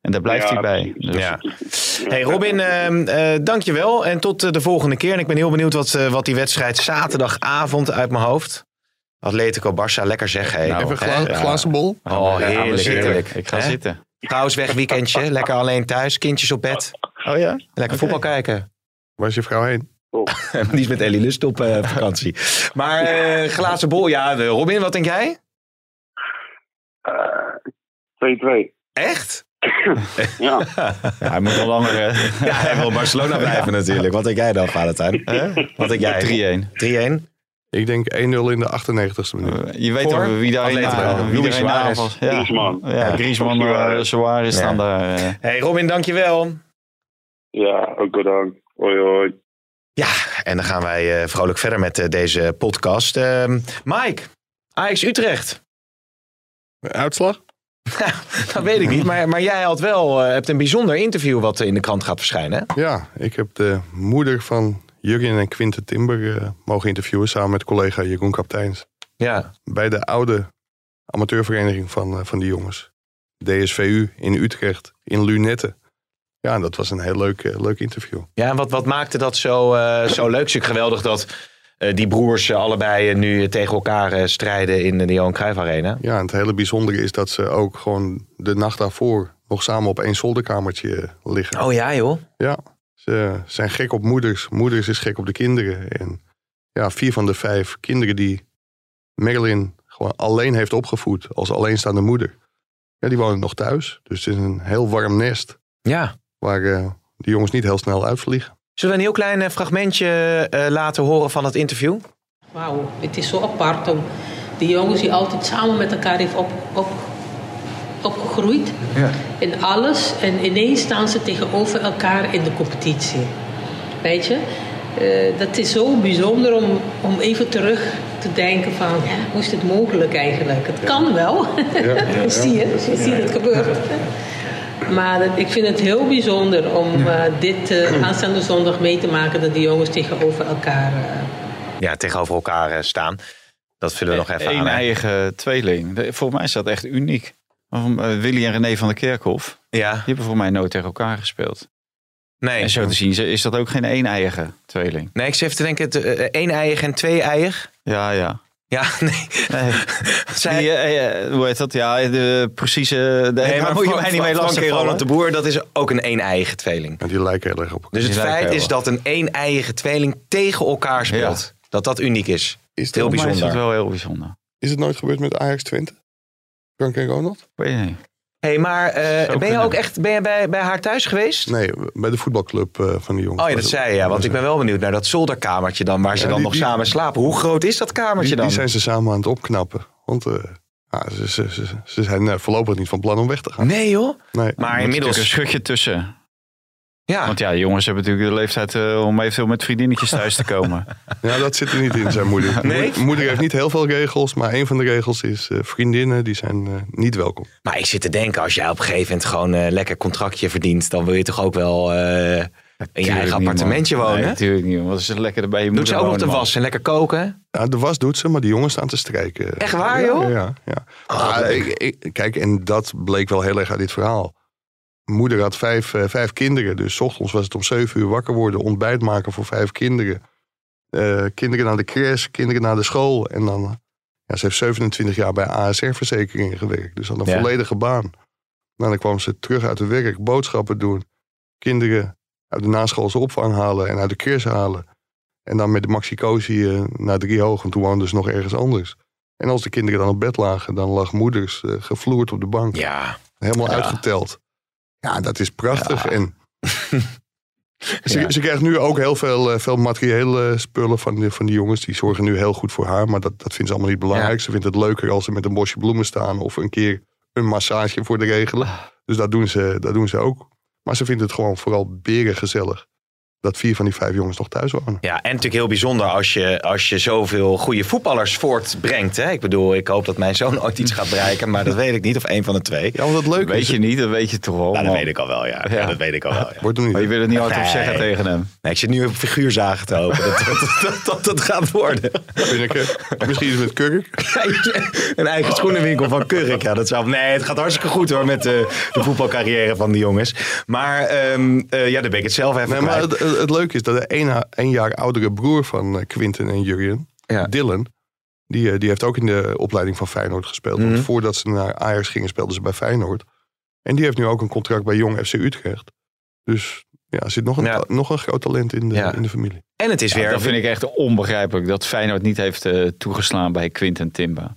C: en daar blijft
E: Ja,
C: hij bij.
E: precies.
C: Dus-
B: Ja. Hey Robin, eh, eh, dankjewel. En tot eh, de volgende keer. En ik ben heel benieuwd wat, eh, wat die wedstrijd zaterdagavond uit mijn hoofd. Atletico Barça, lekker zeg. Hey.
C: Nou,
D: Even
B: Hè?
D: gla
B: Ja.
D: glazen bol.
B: Oh,
C: Ja, maar
B: heerlijk,
C: zitten.
B: heerlijk.
C: Ik ga
B: Hè?
C: zitten.
B: Pausweg weekendje, [LAUGHS] lekker alleen thuis, kindjes op bed.
C: Oh ja?
B: Lekker voetbal [LAUGHS] kijken.
D: Waar is je vrouw heen?
B: Die is met Ellie Lust op eh, vakantie. Maar eh, glazen bol, ja. eh, Robin, wat denk jij?
E: eh, 2-2.
B: Echt?
E: Ja.
C: Ja, hij moet wel langer.
B: [LAUGHS]
C: eh,
B: Ja, hij wil Barcelona [LAUGHS] blijven natuurlijk. Wat denk jij dan, [LAUGHS] Valentijn?
C: hè?
B: Wat denk jij?
C: 3-1.
B: 3-1.
D: Ik denk 1-0 in de 98ste minuut.
C: eh, Je weet
B: Voor?
C: toch wie daar in
B: Atletico.
C: de
B: Luis
C: wie daar in de
B: Suarez.
C: aanval- Ja.
E: Griezmann.
C: Ja, Griezmann, eh, Suarez
B: Ja.
C: staan daar. eh.
B: Hey Robin, dankjewel.
E: Ja, ook bedankt. Hoi, hoi.
B: Ja, en dan gaan wij eh, vrolijk verder met eh, deze podcast. Ehm, Mike, Ajax Utrecht.
D: Eh, Uitslag?
B: [LAUGHS] Dat weet ik niet, maar, maar jij had wel, eh, hebt een bijzonder interview wat in de krant gaat verschijnen. hè?
D: Ja, ik heb de moeder van Jurgen en Quinte Timber eh, mogen interviewen samen met collega Jeroen Kapteins.
B: Ja,
D: Bij de oude amateurvereniging van, eh, van die jongens. DSVU in Utrecht, in Lunetten. Ja, en dat was een heel leuk, eh, leuk interview.
B: ja en wat, wat maakte dat zo, eh, zo leuk, zo geweldig dat eh, die broers eh, allebei eh, nu eh, tegen elkaar eh, strijden in eh, de Johan Cruijff Arena?
D: Ja, en het hele bijzondere is dat ze ook gewoon de nacht daarvoor nog samen op één zolderkamertje eh, liggen.
B: Oh ja joh.
D: Ja, ze zijn gek op moeders. Moeders is gek op de kinderen. En ja, vier van de vijf kinderen die Marilyn gewoon alleen heeft opgevoed als alleenstaande moeder. Ja, die wonen nog thuis. Dus het is een heel warm nest
B: Ja.
D: waar eh, die jongens niet heel snel uitvliegen.
B: Zullen we een heel klein eh, fragmentje eh, laten horen van het interview?
F: Wauw, het is zo apart om die jongens die altijd samen met elkaar heeft op, op, opgegroeid in alles. En ineens staan ze tegenover elkaar in de competitie. Weet je, Eh, dat is zo bijzonder om, om even terug te denken van, ja, hoe is dit mogelijk eigenlijk? Het kan wel. [LAUGHS] zie je, je ziet het gebeurt. Maar dat- ik vind het heel bijzonder om eh, dit eh, aanstaande zondag mee te maken dat die jongens tegenover elkaar eh,
B: Ja, tegenover elkaar eh, staan. Dat vullen we nog even aan.
C: Eén
B: hè?
C: eigen tweeling. De- Volgens mij is dat echt uniek. Want, eh, Willy en René van der Kerkhof,
B: Ja,
C: die hebben voor mij nooit tegen elkaar gespeeld.
B: nee.
C: En zo te zien ze- is dat ook geen één-eiige tweeling.
B: Nee, ik zit even te denken, het, eh, één-eiig en twee-eiig.
C: Ja, ja. [LAUGHS]
B: Ja, [LAUGHS] nee.
C: Nee.
B: Zij-
C: Die, eh, eh, hoe heet dat? Ja, de precieze... De,
B: Nee, maar
C: moet je mij niet mee
B: Frank en
C: lastigvallen.
B: Ronald de Boer, dat is ook een een-eiige tweeling.
D: En die lijken heel erg op. elkaar.
B: Dus het
C: Die lijken
B: feit
C: heel
B: is
C: erg.
B: dat een een-eiige tweeling tegen elkaar speelt. Dat dat uniek is.
D: Is het,
B: Heel
C: Volgens mij is
B: bijzonder.
C: dat wel heel bijzonder.
D: is het nooit gebeurd met Ajax 20? Frank en Ronald?
C: Weet je niet.
B: hey, maar eh, ben je
C: kunnen.
B: ook echt ben je bij, bij haar thuis geweest?
D: Nee, bij de voetbalclub eh, van die jongens.
B: Oh ja, dat zei je. Ja, want ik ben wel benieuwd naar dat zolderkamertje dan, waar ze
D: Ja,
B: dan
D: die-
B: nog
D: die-
B: samen slapen. Hoe groot is dat kamertje
D: Die,
B: dan?
D: die zijn ze samen aan het opknappen. Want eh, ja, ze, ze, ze, ze zijn eh, voorlopig niet van plan om weg te gaan.
B: Nee joh.
D: Nee.
B: Maar
C: Er moet natuurlijk
B: inmiddels.
C: een schutje tussen.
B: Ja.
C: Want ja, jongens hebben natuurlijk de leeftijd eh, om eventueel met vriendinnetjes thuis te
B: [LAUGHS]
C: komen.
D: Ja, dat zit er niet in, zijn moeder.
B: Nee?
D: Moed- Moeder heeft niet heel veel regels, maar een van de regels is eh, vriendinnen die zijn eh, niet welkom.
B: Maar ik zit te denken, als jij op een gegeven moment gewoon een lekker contractje verdient, dan wil je toch ook wel eh, in je
C: Tuurlijk niet,
B: eigen
C: man.
B: appartementje
C: Nee,
B: wonen?
C: natuurlijk niet. man. Wat is het lekker erbij? Je
B: Doet ze
C: moeder
B: ook nog te
C: wonen, man.
B: wassen en lekker koken?
D: Ja, de was doet ze, maar die jongens staan te strijken.
B: Echt waar,
D: Ja,
B: joh?
D: Ja, ja. Oh, Maar, ik- ik- kijk, en dat bleek wel heel erg uit dit verhaal. Moeder had vijf, eh, vijf kinderen, dus 's ochtends was het om zeven uur wakker worden, ontbijt maken voor vijf kinderen. Eh, kinderen naar de crash, kinderen naar de school. En dan, ja, ze heeft 27 jaar bij ASR-verzekeringen gewerkt, dus had een
B: Ja.
D: volledige baan. Nou, dan kwamen ze terug uit hun werk, boodschappen doen. Kinderen uit de naschoolse opvang halen en uit de kers halen. En dan met de maxi cosi naar Driehoog, want toen woonden ze nog ergens anders. En als de kinderen dan op bed lagen, dan lag moeders eh, gevloerd op de bank.
B: Ja.
D: Helemaal
B: Ja.
D: uitgeteld. Ja, dat is prachtig. En ze,
C: Ja.
D: ze krijgt nu ook heel veel, eh, veel materiële spullen van, die- van die jongens. Die zorgen nu heel goed voor haar, maar dat, dat vindt ze allemaal niet belangrijk. Ze vindt het leuker als ze met een bosje bloemen staan of een keer een massage voor de regelen. Dus dat doen ze, dat doen ze ook. Maar ze vindt het gewoon vooral beren gezellig. Dat vier van die vijf jongens nog thuis wonen.
B: Ja, en natuurlijk heel bijzonder als je, als je zoveel goede voetballers voortbrengt. Hè? Ik bedoel, ik hoop dat mijn zoon [LAUGHS] ooit iets gaat bereiken, maar dat weet ik niet. Of één van de twee.
D: Ja, want het leuke
C: Weet
D: is,
C: je niet, dat weet je toch wel.
B: Nou, dat
C: man.
B: weet ik al wel, ja. ja.
C: Ja.
B: dat weet ik al wel, ja.
D: wordt hem niet.
C: Maar je wil het niet hardop
B: Nee.
C: zeggen tegen hem.
B: Nee, ik zit nu op figuurzagen te hopen dat dat, [LAUGHS] dat, dat, dat het gaat worden.
D: Binnenke.
C: [LAUGHS]
D: Misschien is het met kurk.
B: Een eigen schoenenwinkel van Kurk. Ja, dat zou, nee, het gaat hartstikke goed hoor met eh, de voetbalcarrière van die jongens. Maar ehm, eh, ja, daar ben ik het zelf even
D: Nee, maar
B: kwijt.
D: het, het het leuke is dat de een, een jaar oudere broer van eh, Quinten en Jurjen,
B: Ja.
D: Dylan, die, eh, die heeft ook in de opleiding van Feyenoord gespeeld.
B: Mhm.
D: Want voordat ze naar Ajax gingen, speelden ze bij Feyenoord. En die heeft nu ook een contract bij Jong FC Utrecht. Dus ja, er zit nog een,
B: Ja.
D: ta- nog een groot talent in de,
B: Ja.
D: in de familie.
B: En het is
C: Ja,
B: weer...
C: dat vind ik echt onbegrijpelijk dat Feyenoord niet heeft eh, toegeslaan bij Quinten Timba.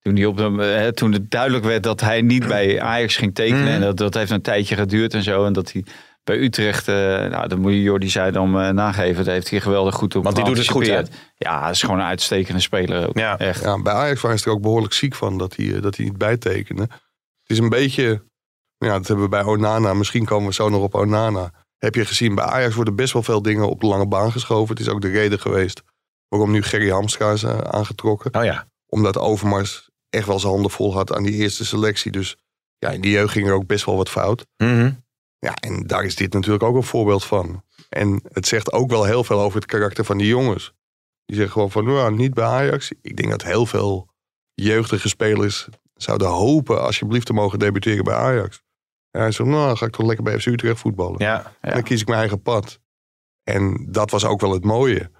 C: Toen, die op de, eh, toen het duidelijk werd dat hij niet bij Ajax ging tekenen.
B: Mhm.
C: En dat, dat heeft een tijdje geduurd en zo. En dat hij bij Utrecht, eh, nou, dat moet je Jordi Zijdam eh nageven. Daar heeft hij geweldig goed op
B: Want die doet het goed, hè?
C: geanticipeerd. Ja, dat is gewoon een uitstekende speler ook.
B: Ja.
C: Echt.
D: Ja, bij Ajax waren ze er ook behoorlijk ziek van dat hij, eh, dat hij niet bijtekende. Het is een beetje, ja, dat hebben we bij Onana, misschien komen we zo nog op Onana. Heb je gezien, bij Ajax worden best wel veel dingen op de lange baan geschoven. Het is ook de reden geweest waarom nu Gerry Hamstra is eh, aangetrokken.
B: Oh ja.
D: Omdat Overmars echt wel zijn handen vol had aan die eerste selectie. Dus ja, in die jeugd ging er ook best wel wat fout.
B: Mhm.
D: Ja, en daar is dit natuurlijk ook een voorbeeld van. En het zegt ook wel heel veel over het karakter van die jongens. Die zeggen gewoon van, nou, niet bij Ajax. Ik denk dat heel veel jeugdige spelers zouden hopen alsjeblieft te mogen debuteren bij Ajax. En hij zegt, nou, dan ga ik toch lekker bij FC Utrecht voetballen.
B: ja.
D: En dan kies ik mijn eigen pad. En dat was ook wel het mooie.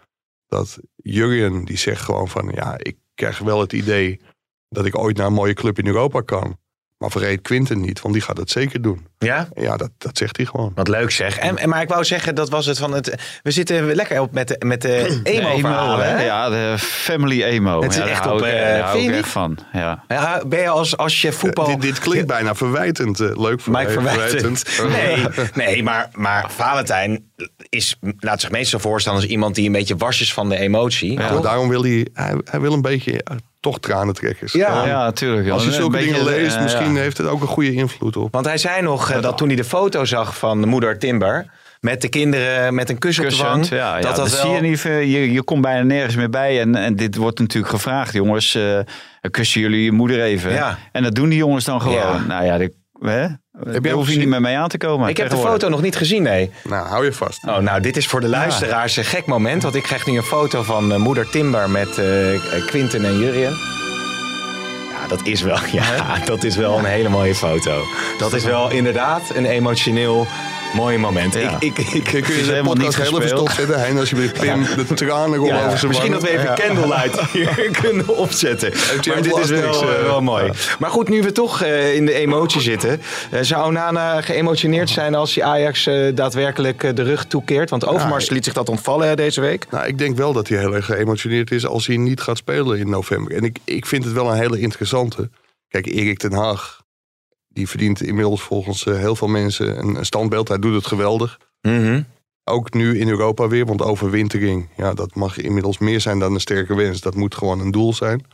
D: Dat Jurgen die zegt gewoon van ja, ik krijg wel het idee dat ik ooit naar een mooie club in Europa kan. Maar vergeet Quinten niet, want die gaat het zeker doen.
B: Ja?
D: En ja, dat, dat zegt hij gewoon.
B: Wat leuk zeg. En, en- maar ik wou zeggen, dat was het van het... We zitten lekker op met de, met
C: [CLEARS THROAT]
B: de emo-verhalen, hè?
C: Ja, de family emo.
B: Het is
C: ja, daar
B: echt
C: hou
B: op,
C: ik,
B: eh,
C: daar hou
B: vind je
C: ik
B: niet?
C: echt van. Ja.
B: Ja, ben je als, als je voetbal...
D: dit, dit klinkt bijna verwijtend. eh, leuk voor
B: [LAUGHS] Mike
D: mij,
B: verwijtend. [LAUGHS]
D: [LAUGHS]
B: Nee, nee maar, maar Valentijn is, laat zich meestal voorstellen als iemand die een beetje was is van de emotie.
D: Ja, maar daarom wil hij, hij, hij wil een beetje eh, toch tranentrekkers.
B: Ja.
D: Gewoon,
C: Ja, natuurlijk.
D: Als je
C: Een
D: zulke
C: beetje,
D: dingen leest,
C: eh,
D: misschien
C: ja.
D: heeft het ook een goede invloed op.
B: Want hij zei nog eh, dat toen hij de foto zag van de moeder Timber... met de kinderen met een kus op de wang...
C: Kussend, ja, ja,
B: dat
C: dat
B: dat
C: zie
B: wel...
C: je niet. veel. Je, je komt bijna nergens meer bij. En, en dit wordt natuurlijk gevraagd, jongens, eh, kussen jullie je moeder even.
B: Ja.
C: En dat doen die jongens dan gewoon.
B: Ja.
C: Nou ja, dit- hè?
D: ook
C: daar hoef je
D: gezien-
C: niet meer mee aan te komen.
B: Ik heb de
C: tegenwoordig.
B: foto nog niet gezien, nee.
D: Nou, hou je vast.
B: Oh, nou, dit is voor de luisteraars een gek moment. Want ik krijg nu een foto van eh, moeder Timber met eh, eh, Quinten en Jurien. Ja, dat is wel, [LAUGHS] ja, dat is wel een hele mooie foto. Dat is wel inderdaad een emotioneel mooi moment.
C: Ja.
B: Ik, ik, ik,
D: Dan kun je
C: is
D: de
C: helemaal
D: podcast
C: niet
D: heel even
C: gespeeld.
D: stopzetten. Hein, als je weer Pim de tranen rollen
B: Ja,
D: over zijn
B: misschien dat
D: wangen.
B: we even
C: [LAUGHS]
B: Candlelight hier kunnen opzetten.
D: Heeft hij
B: Maar
D: ook
B: dit is wel,
D: last niks,
B: eh,
D: eh,
B: wel mooi.
D: ja.
B: Maar goed, nu we toch eh, in de emotie zitten. eh, zou Onana geëmotioneerd zijn als die Ajax eh, daadwerkelijk eh, de rug toekeert? Want Overmars liet zich dat ontvallen hè, deze week.
D: Nou, ik denk wel dat hij heel erg geëmotioneerd is als hij niet gaat spelen in november. En ik, ik vind het wel een hele interessante. Kijk, Erik ten Haag, die verdient inmiddels volgens eh, heel veel mensen een, een standbeeld. Hij doet het geweldig. Ook nu in Europa weer, want overwintering, ja, dat mag inmiddels meer zijn dan een sterke wens. Dat moet gewoon een doel zijn.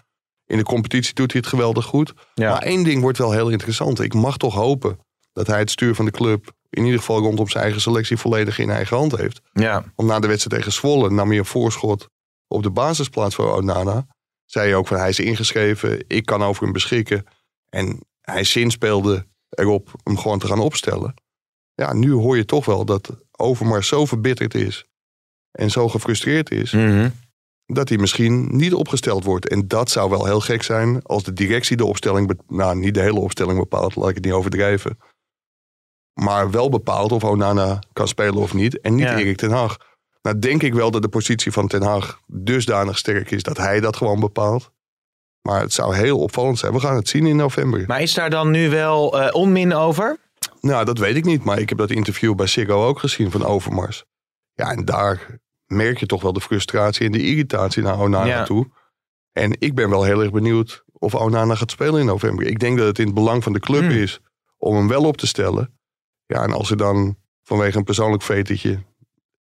D: In de competitie doet hij het geweldig goed.
B: Ja.
D: Maar één ding wordt wel heel interessant. Ik mag toch hopen dat hij het stuur van de club, in ieder geval rondom zijn eigen selectie, volledig in eigen hand heeft.
B: Ja.
D: Want na de wedstrijd tegen Zwolle nam hij een voorschot op de basisplaats voor Onana. Zei hij ook van hij is ingeschreven, ik kan over hem beschikken. En hij zinspeelde erop om gewoon te gaan opstellen. Ja, nu hoor je toch wel dat Overmars zo verbitterd is en zo gefrustreerd is... dat hij misschien niet opgesteld wordt. En dat zou wel heel gek zijn als de directie de opstelling... be- nou, niet de hele opstelling bepaalt, laat ik het niet overdrijven... maar wel bepaalt of Onana kan spelen of niet. En niet
B: Ja.
D: Erik ten Hag. Nou denk ik wel dat de positie van ten Hag dusdanig sterk is... dat hij dat gewoon bepaalt. Maar het zou heel opvallend zijn. We gaan het zien in november.
B: Maar is daar dan nu wel eh, onmin over?
D: Nou, dat weet ik niet. Maar ik heb dat interview bij Siggo ook gezien van Overmars. Ja, en daar merk je toch wel de frustratie en de irritatie naar Onana
B: Ja.
D: toe. En ik ben wel heel erg benieuwd of Onana gaat spelen in november. Ik denk dat het in het belang van de club
B: Hmm.
D: is om hem wel op te stellen. Ja, en als er dan vanwege een persoonlijk vetetje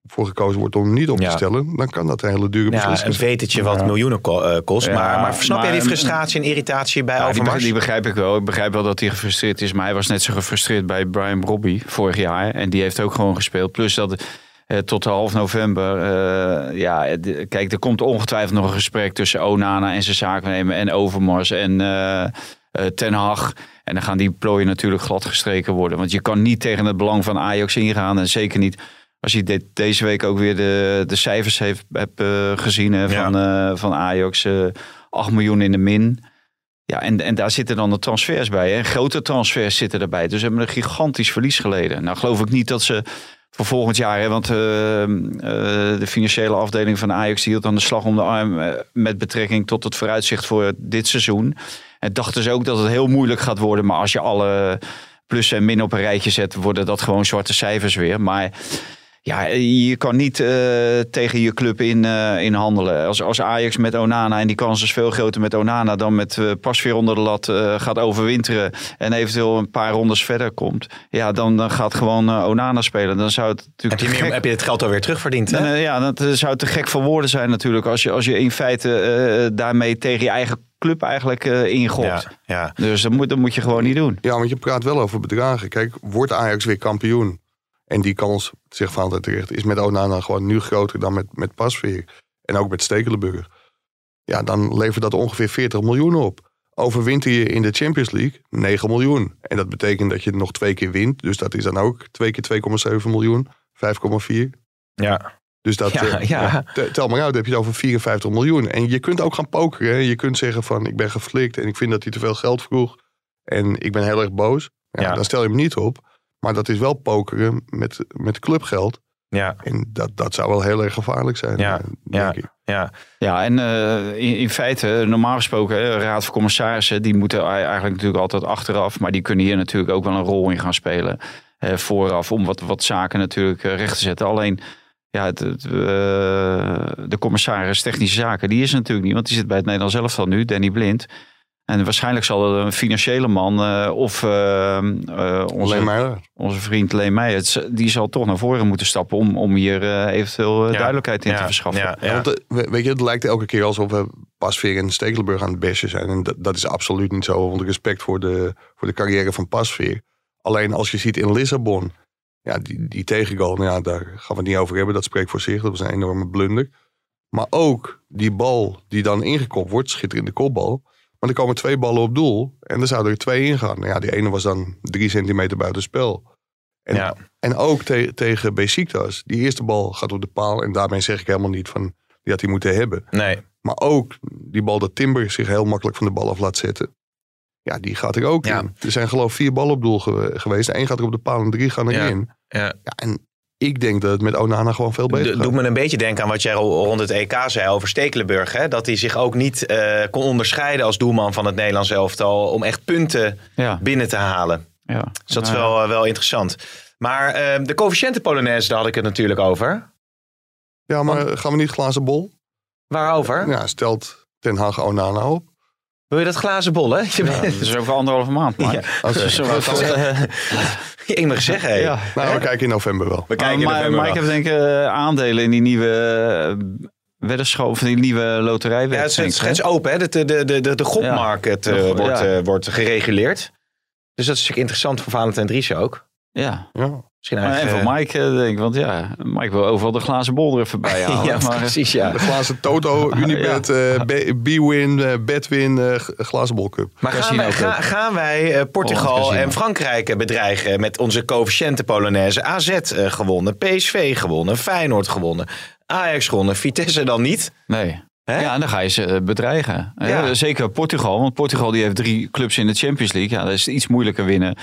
D: voor gekozen wordt om hem niet op
B: Ja.
D: te stellen, dan kan dat een hele dure
B: Ja,
D: beslissing
B: een
D: zijn.
B: vetertje wat miljoenen ko- eh, kost.
C: Ja,
B: maar, maar snap
C: maar-
B: jij die frustratie en irritatie bij
C: Ja, die, be-
B: Overmars?
C: die begrijp ik wel. Ik begrijp wel dat hij gefrustreerd is. Maar hij was net zo gefrustreerd bij Brian Robbie vorig jaar. En die heeft ook gewoon gespeeld. Plus dat eh, tot half november. eh, ja, het- kijk, er komt ongetwijfeld nog een gesprek tussen Onana en zijn zaaknemer. En Overmars en eh, eh, Ten Hag. En dan gaan die plooien natuurlijk gladgestreken worden. Want je kan niet tegen het belang van Ajax ingaan. En zeker niet als je dit- deze week ook weer de, de cijfers heeft, hebt eh, gezien hè,
B: Ja.
C: van, eh, van Ajax. eh 8 miljoen in de min. Ja, en, en daar zitten dan de transfers bij. Hè? Grote transfers zitten erbij. Dus ze hebben een gigantisch verlies geleden. Nou geloof ik niet dat ze voor volgend jaar... Hè, want eh, eh, de financiële afdeling van Ajax die hield aan de slag om de arm... eh, met betrekking tot het vooruitzicht voor dit seizoen. En dachten ze ook dat het heel moeilijk gaat worden. Maar als je alle plussen en min op een rijtje zet... worden dat gewoon zwarte cijfers weer. Maar... Ja, je kan niet eh, tegen je club in, eh, in handelen. Als, als Ajax met Onana, en die kans is veel groter met Onana dan met eh, pas weer onder de lat eh, gaat overwinteren en eventueel een paar rondes verder komt. Ja, dan, dan gaat gewoon eh, Onana spelen. Dan zou het
B: heb,
C: natuurlijk
B: je
C: te
B: meer,
C: gek
B: heb je het geld alweer terugverdiend? Hè?
C: dan, eh, ja, dat eh, zou te gek voor woorden zijn natuurlijk. Als je, als je in feite eh, daarmee tegen je eigen club eigenlijk eh ingokt.
B: ja, ja.
C: Dus dat moet, dat moet je gewoon niet doen.
D: Ja, want je praat wel over bedragen. Kijk, wordt Ajax weer kampioen? En die kans, zegt Van der terecht, is met Onana gewoon nu groter dan met, met Pasveer. En ook met Stekelenburg. Ja, dan levert dat ongeveer 40 miljoen op. Overwinter je in de Champions League 9 miljoen. En dat betekent dat je nog twee keer wint. Dus dat is dan ook twee keer 2,7 miljoen, 5,4.
B: ja.
D: Dus dat,
B: Ja,
D: eh,
B: ja.
D: ja, te- tel maar uit, dan heb je het over 54 miljoen. En je kunt ook gaan pokeren. hè. Je kunt zeggen van, ik ben geflikt en ik vind dat hij te veel geld vroeg. En ik ben heel erg boos. Ja,
B: Ja.
D: Dan stel je hem niet op. Maar dat is wel pokeren met, met clubgeld.
B: ja.
D: En dat, dat zou wel heel erg gevaarlijk zijn.
B: Ja,
D: eh,
B: ja.
D: denk ik.
B: Ja,
C: Ja, en eh, in, in feite, normaal gesproken, eh, Raad van Commissarissen, die moeten ei- eigenlijk natuurlijk altijd achteraf, maar die kunnen hier natuurlijk ook wel een rol in gaan spelen eh, vooraf, om wat, wat zaken natuurlijk eh, recht te zetten. Alleen, ja, het, het, eh, de commissaris technische zaken, die is er natuurlijk niet, want die zit bij het Nederlands elftal nu, Danny Blind. En waarschijnlijk zal er een financiële man eh, of eh, eh,
D: Alleen
C: onze,
D: maar,
C: onze vriend Leen Meijers, die zal toch naar voren moeten stappen om, om hier eh, eventueel eh,
B: Ja.
C: duidelijkheid in
B: ja,
C: te verschaffen.
B: Ja,
D: Ja,
B: ja.
D: want, eh, we- weet je, het lijkt elke keer alsof we Pasveer en Stekelenburg aan het bestje zijn. En dat, dat is absoluut niet zo, want respect voor de, voor de carrière van Pasveer. Alleen als je ziet in Lissabon, ja, die, die tegengoal, nou ja, daar gaan we het niet over hebben. Dat spreekt voor zich, dat was een enorme blunder. Maar ook die bal die dan ingekopt wordt, schitterende kopbal. Maar er komen twee ballen op doel en er zouden er twee ingaan. Nou ja, die ene was dan drie centimeter buiten spel. En
B: Ja.
D: en ook te- tegen Besiktas. Die eerste bal gaat op de paal. En daarmee zeg ik helemaal niet van die had hij moeten hebben.
B: Nee,
D: Maar ook die bal dat Timber zich heel makkelijk van de bal af laat zetten. Ja, die gaat er ook
B: Ja.
D: in. Er zijn geloof ik vier ballen op doel ge- geweest. Eén gaat er op de paal en drie gaan
B: Ja.
D: erin.
B: ja.
D: Ja, en ik denk dat het met Onana gewoon veel beter
B: Do-
D: gaat.
B: doet me een beetje denken aan wat jij ro- rond het EK zei over Stekelenburg. Hè? Dat hij zich ook niet eh, kon onderscheiden als doelman van het Nederlands elftal. om echt punten
C: Ja.
B: binnen te halen.
C: Ja.
B: Dus dat is
C: Nou ja.
B: wel, eh, wel interessant. Maar eh, de coëfficiënten Polonaise, daar had ik het natuurlijk over.
D: Ja, maar gaan we niet glazen bol?
B: Waarover?
D: Ja, stelt Ten Hag Onana op.
B: Wil je dat glazen bollen? Je bent- [LAUGHS]
C: Dat is over anderhalve maand, maar.
B: Ja.
D: Oké.
C: Zo wou ik al zeggen.
B: Ik mag zeggen, hé.
C: Ja.
D: Nou, we kijken in november wel.
B: we kijken
C: Nou, maar,
B: er
C: maar ik heb denk ik eh, aandelen in die nieuwe eh, weddenschap, of die nieuwe loterijwet.
B: ja, het
C: denk
B: is-
C: ik,
B: het is open, hè? eh, De, de, de, de, de gokmarkt eh,
C: Ja.
B: wordt,
C: Ja.
B: eh, wordt gereguleerd. Dus dat is natuurlijk interessant voor Valentijn Dries ook.
C: hè? Ja,
D: Ja.
B: Misschien
C: maar en
B: eigen-
C: voor Mike eh, denk ik, want ja, Mike wil overal de glazen bol er even bij halen.
B: [LAUGHS] Ja,
C: maar, eh,
B: precies, ja.
D: De glazen [LAUGHS] Toto, Unibet, eh, B- B-Win, eh, Bedwin, eh, g- glazen bolcup.
B: Maar gaan
C: Casino
B: wij,
C: Club.
B: ga- gaan wij eh,
C: Holland
B: Portugal
C: Oh, Casino.
B: en Frankrijk eh, bedreigen met onze coëfficiënten Polonaise? AZ eh, gewonnen, PSV gewonnen, Feyenoord gewonnen, Ajax gewonnen, Vitesse dan niet.
C: Nee.
B: Hè?
C: Ja, en dan ga je ze eh, bedreigen. Eh,
B: Ja.
C: Zeker Portugal, want Portugal die heeft drie clubs in de Champions League. Ja, dat is iets moeilijker winnen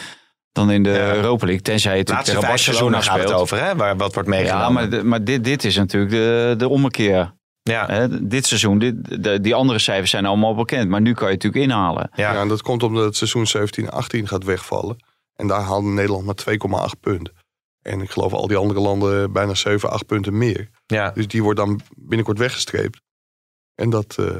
C: dan in de Europa League. Tenzij je natuurlijk
B: Laatste
C: tegen
B: vijf
C: Barcelona
B: seizoenen gaat
C: speelt.
B: het over, hè? Waar, wat wordt meegenomen.
C: Ja, maar, de- maar dit, dit is natuurlijk de, de ommekeer.
B: Ja,
C: Hè, dit seizoen, dit, de- die andere cijfers zijn allemaal bekend. Maar nu kan je het natuurlijk inhalen.
D: Ja.
B: ja.
D: en dat komt omdat het seizoen 17-18 gaat wegvallen. En daar haalde Nederland maar 2,8 punten. En ik geloof al die andere landen bijna 7, 8 punten meer.
B: ja.
D: Dus die wordt dan binnenkort weggestreept. En dat, eh, ja,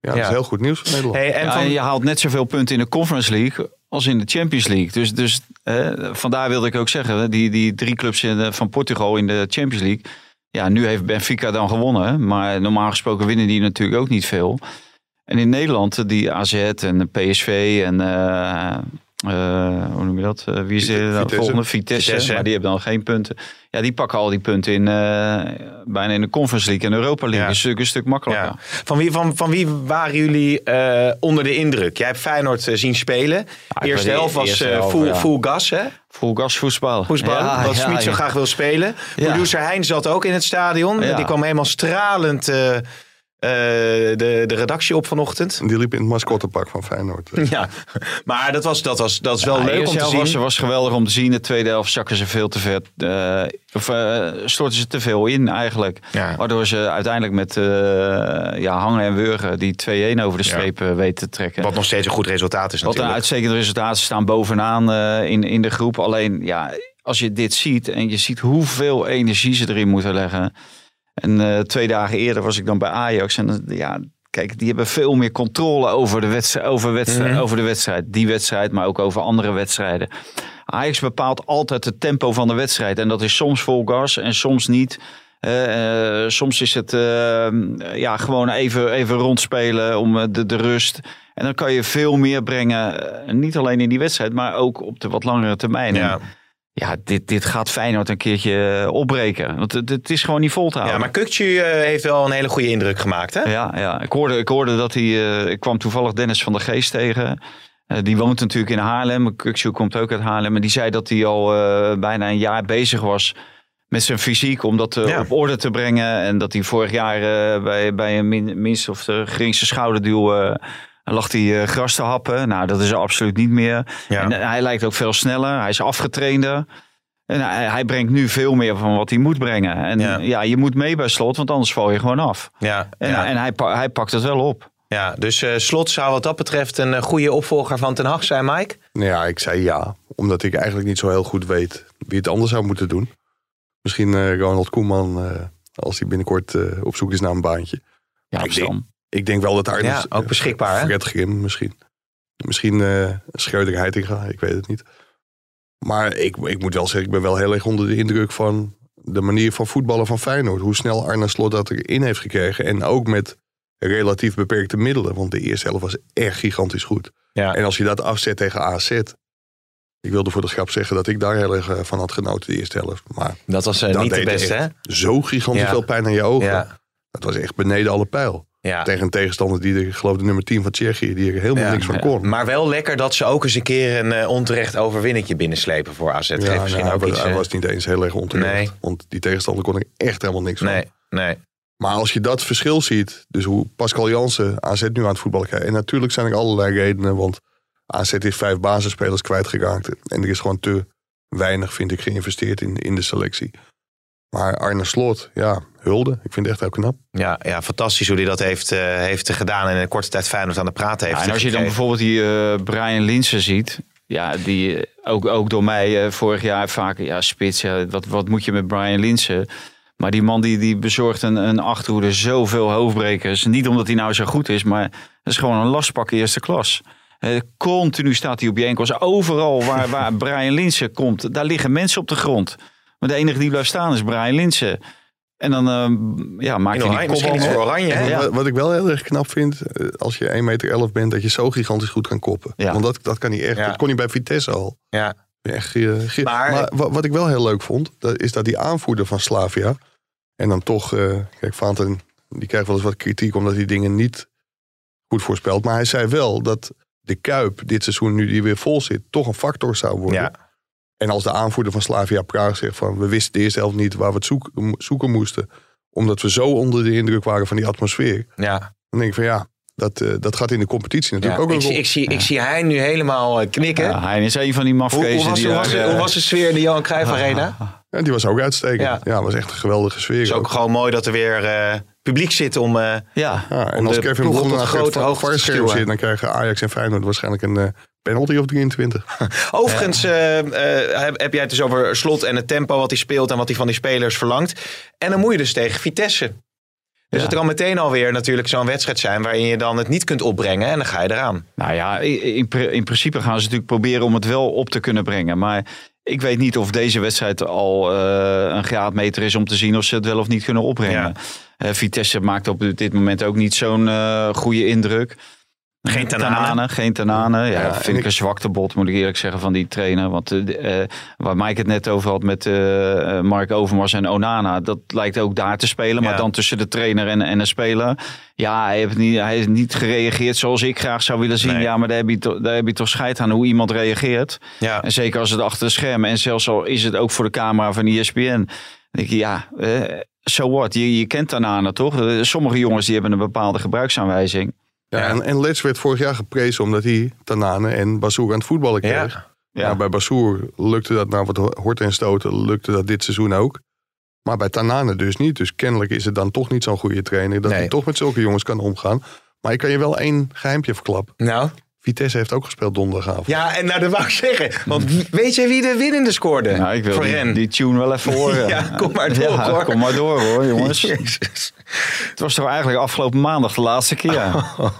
D: dat
B: Ja.
D: is heel goed nieuws voor Nederland.
B: Hey, en
C: Ja,
B: van,
C: je haalt net zoveel punten in de Conference League als in de Champions League. Dus, dus hè, vandaar wilde ik ook zeggen, die, die drie clubs in, eh, van Portugal in de Champions League. Ja, nu heeft Benfica dan gewonnen. Maar normaal gesproken winnen die natuurlijk ook niet veel. En in Nederland, eh, die AZ en de PSV en... eh, eh, hoe noem je dat? Eh, wie is
D: Vite-
C: de
D: Vitesse.
C: volgende? Vitesse.
B: Vitesse.
C: Maar die hebben dan geen punten. Ja, die pakken al die punten in, eh, bijna in de Conference League en Europa League.
B: Ja.
C: Dat is natuurlijk een stuk makkelijker.
B: ja. van, wie, van, van wie waren jullie eh, onder de indruk? Jij hebt Feyenoord eh, zien spelen.
C: ben
B: eerste
C: de
B: helft was
C: eerste
B: eh,
C: helft,
B: full,
C: ja.
B: full gas, hè?
C: Full gas voetbal.
B: Voetbal,
C: Ja,
B: wat
C: ja,
B: Smit zo
C: ja.
B: graag wil spelen.
C: Ja.
B: Producer Hein zat ook in het stadion.
C: Ja.
B: Die kwam helemaal stralend eh, eh, de, de redactie op vanochtend.
D: En die liep in het mascottepak van Feyenoord.
B: Ja, maar dat, was, dat, was, dat is wel
C: Ja,
B: leuk
C: eerste
B: om te
C: helft
B: zien.
C: Was, was geweldig om te zien. De tweede helft zakken ze veel te ver. eh, of eh, storten ze te veel in eigenlijk.
B: Ja.
C: Waardoor ze uiteindelijk met eh, ja, hangen en wurgen die 2-1 over de
B: Ja.
C: streep eh, weten te trekken.
B: Wat nog steeds een goed resultaat is
C: Wat een
B: natuurlijk.
C: uitstekend resultaat. Ze staan bovenaan eh, in, in de groep. Alleen ja, als je dit ziet en je ziet hoeveel energie ze erin moeten leggen. En eh, twee dagen eerder was ik dan bij Ajax. En eh, ja, kijk, die hebben veel meer controle over de, wedstrijd, over, wedstrijd,
B: Mhm.
C: over de wedstrijd. Die wedstrijd, maar ook over andere wedstrijden. Ajax bepaalt altijd het tempo van de wedstrijd. En dat is soms vol gas en soms niet. Eh, eh, soms is het eh, ja, gewoon even, even rondspelen om eh, de, de rust. En dan kan je veel meer brengen. eh, Niet alleen in die wedstrijd, maar ook op de wat langere termijn.
B: Ja.
C: En ja, dit, dit gaat Feyenoord een keertje eh, opbreken. Want het, het is gewoon niet vol te
B: Ja,
C: houden.
B: maar Kukcu eh, heeft wel een hele goede indruk gemaakt, hè?
C: Ja, ja. Ik, hoorde, ik hoorde dat hij... eh, ik kwam toevallig Dennis van der Geest tegen. Eh, die woont natuurlijk in Haarlem. Kukzu komt ook uit Haarlem. En die zei dat hij al eh, bijna een jaar bezig was met zijn fysiek. Om dat eh,
B: Ja.
C: op orde te brengen. En dat hij vorig jaar eh, bij, bij een min, minst of de geringste schouderduw... eh, lag hij eh, gras te happen. Nou, dat is er absoluut niet meer.
B: Ja.
C: En eh, hij lijkt ook veel sneller. Hij is afgetrainder. En eh, hij, hij brengt nu veel meer van wat hij moet brengen. En
B: Ja.
C: ja, je moet mee bij slot, want anders val je gewoon af.
B: Ja,
C: En,
B: ja.
C: en hij, pa- hij pakt het wel op.
B: Ja, dus eh, Slot zou wat dat betreft een eh, goede opvolger van Ten Hag zijn, Mike.
D: Nou ja, ik zei ja. Omdat ik eigenlijk niet zo heel goed weet wie het anders zou moeten doen. Misschien eh, Ronald Koeman, eh, als hij binnenkort eh, op zoek is naar een baantje.
C: Ja,
D: ik denk- Ik denk wel dat daar... dus, eh,
B: Ja, ook beschikbaar, hè?
D: Fred Grim misschien. Misschien eh Schreuder Heitinga, ik weet het niet. Maar ik, ik moet wel zeggen, ik ben wel heel erg onder de indruk van de manier van voetballen van Feyenoord. Hoe snel Arne Slot dat erin heeft gekregen. En ook met relatief beperkte middelen. Want de eerste helft was echt gigantisch goed.
B: Ja.
D: En als je dat afzet tegen AZ. Ik wilde voor de grap zeggen dat ik daar heel erg eh, van had genoten de eerste helft. Maar
B: Dat was eh,
D: Dat
B: niet de
D: deed
B: beste,
D: echt.
B: hè?
D: zo gigantisch
B: Ja.
D: veel pijn aan je ogen.
B: Ja.
D: Dat was echt beneden alle pijl.
B: Ja.
D: Tegen een tegenstander die, de, ik geloof de nummer 10 van Tsjechië, die er helemaal
B: Ja.
D: niks van kon.
B: Maar wel lekker dat ze ook eens een keer een eh, onterecht overwinnetje binnenslepen voor AZ. Geeft
D: Ja,
B: misschien
D: nou,
B: ook
D: hij
B: iets.
D: was- hij
B: eh,
D: was niet eens heel erg onterecht.
B: Nee.
D: Want die tegenstander kon er echt helemaal niks van.
B: Nee, nee.
D: Maar als je dat verschil ziet, dus hoe Pascal Jansen AZ nu aan het voetballen krijgt. En natuurlijk zijn er allerlei redenen, want AZ is vijf basisspelers kwijtgeraakt. En er is gewoon te weinig, vind ik, geïnvesteerd in, in de selectie. Maar Arne Slot, ja, hulde. Ik vind het echt heel knap.
B: Ja, ja, fantastisch hoe hij dat heeft, eh, heeft gedaan en in korte tijd Feyenoord aan de praat heeft.
C: Ja, en als je dan
B: gekregen.
C: bijvoorbeeld die eh, Brian Linsen ziet. Ja, die eh, ook, ook door mij eh, vorig jaar vaak. Ja, spits. ja, wat, wat moet je met Brian Linsen? Maar die man die, die bezorgt een, een achterhoede zoveel hoofdbrekers. Niet omdat hij nou zo goed is, maar dat is gewoon een lastpak eerste klas. Eh, continu staat hij op je enkels. Overal waar, [LAUGHS] waar Brian Linsen komt, daar liggen mensen op de grond. Maar de enige die blijft staan is Brian Linsen. En dan eh, ja,
B: in
C: maakt hij
B: oranje,
C: die
B: misschien
C: kopbal.
B: iets voor Oranje. hè?
D: En
C: Ja.
D: Wat, wat ik wel heel erg knap vind, eh, als je 1,11 meter bent, dat je zo gigantisch goed kan koppen.
C: Ja.
D: Want dat, dat kan hij echt.
B: Ja.
D: Dat kon hij bij Vitesse al.
B: Ja.
D: Echt, eh, ge-
B: Maar-
D: maar wa- wat, ik wel heel leuk vond, dat is dat die aanvoerder van Slavia. En dan toch, eh, kijk, Vaanten, die krijgt wel eens wat kritiek omdat hij dingen niet goed voorspelt. Maar hij zei wel dat de Kuip dit seizoen, nu die weer vol zit, toch een factor zou worden.
B: Ja.
D: En als de aanvoerder van Slavia Praag zegt van we wisten de eerste helft niet waar we het zoek- mo- zoeken moesten. Omdat we zo onder de indruk waren van die atmosfeer.
B: Ja.
D: Dan denk ik van ja, dat, eh, dat gaat in de competitie natuurlijk ook
B: Ik,
D: een
B: zie,
D: rol.
B: ik, zie, ik zie hij nu helemaal eh, knikken.
C: Ja, hij is een van die
B: Hoe,
C: mafkezen.
B: hoe was,
C: die
B: hoe, was,
C: daar, eh, [LAUGHS]
B: hoe was de sfeer in de Johan Cruijff Arena?
D: Ja, die was ook uitstekend.
B: Ja.
D: Ja, was echt een geweldige sfeer.
B: Het is ook
D: ook.
B: gewoon mooi dat er weer eh, publiek zit om... eh,
C: Ja.
D: Ja, en
B: om
D: als
B: de
D: Kevin
B: ploeg op
D: Bron
B: het
D: naar het
B: grote
D: va-
B: hoogte te
D: varscherm
B: stuwen.
D: zit, dan krijgen Ajax en Feyenoord waarschijnlijk een eh, penalty op 23.
B: Overigens eh, eh, heb, heb jij het dus over slot en het tempo wat hij speelt en wat hij van die spelers verlangt. En dan moet je dus tegen Vitesse. Dus
C: Ja.
B: het kan meteen alweer natuurlijk zo'n wedstrijd zijn waarin je dan het niet kunt opbrengen en dan ga je eraan.
C: Nou ja, i- in, pr- in principe gaan ze natuurlijk proberen om het wel op te kunnen brengen. Maar ik weet niet of deze wedstrijd al eh, een graadmeter is om te zien of ze het wel of niet kunnen opbrengen.
B: Ja.
C: Eh, Vitesse maakt op dit moment ook niet zo'n eh, goede indruk.
B: Geen Tanane.
C: Geen Tanane. Ja,
D: Ja,
C: dat
D: en
C: vind ik
D: ik-
C: een zwakte bot, moet ik eerlijk zeggen, van die trainer. Want eh, de- eh, waar Mike het net over had met eh, eh, Mark Overmars en Onana, dat lijkt ook daar te spelen.
B: Ja.
C: Maar dan tussen de trainer en, en de speler. Ja, hij heeft, niet, hij heeft niet gereageerd zoals ik graag zou willen zien.
B: Nee.
C: Ja, maar daar heb, je toch, daar heb je toch scheid aan hoe iemand reageert.
B: Ja.
C: En zeker als het achter de schermen. En zelfs al is het ook voor de camera van E ESPN. Dan denk je, ja, eh, so what? Je, je kent Tanana toch? Eh, Sommige jongens die hebben een bepaalde gebruiksaanwijzing.
D: Ja,
B: Ja.
D: En, en Letch werd vorig jaar geprezen omdat hij Tanane en Bassoer aan het voetballen
B: Ja.
D: kreeg. Nou, bij Bassoer lukte dat na wat horten en stoten, lukte dat dit seizoen ook. Maar bij Tanane dus niet. Dus kennelijk is het dan toch niet zo'n goede trainer. Dat
B: Nee.
D: hij toch met zulke jongens kan omgaan. Maar ik kan je wel één geheimpje verklappen.
B: Nou.
D: Vitesse heeft ook gespeeld donderdagavond.
B: Ja, en nou dat wou ik zeggen.
D: [LAUGHS]
B: Want wie- weet je wie de winnende scoorde?
C: Nou, ik wil
B: Voor
C: die,
B: Ren.
C: die tune wel even horen.
B: [LAUGHS] Ja, kom maar door,
C: Ja,
B: hoor.
C: kom maar door hoor, jongens.
B: Jezus.
C: Het was toch eigenlijk afgelopen maandag de laatste keer.
B: Oh.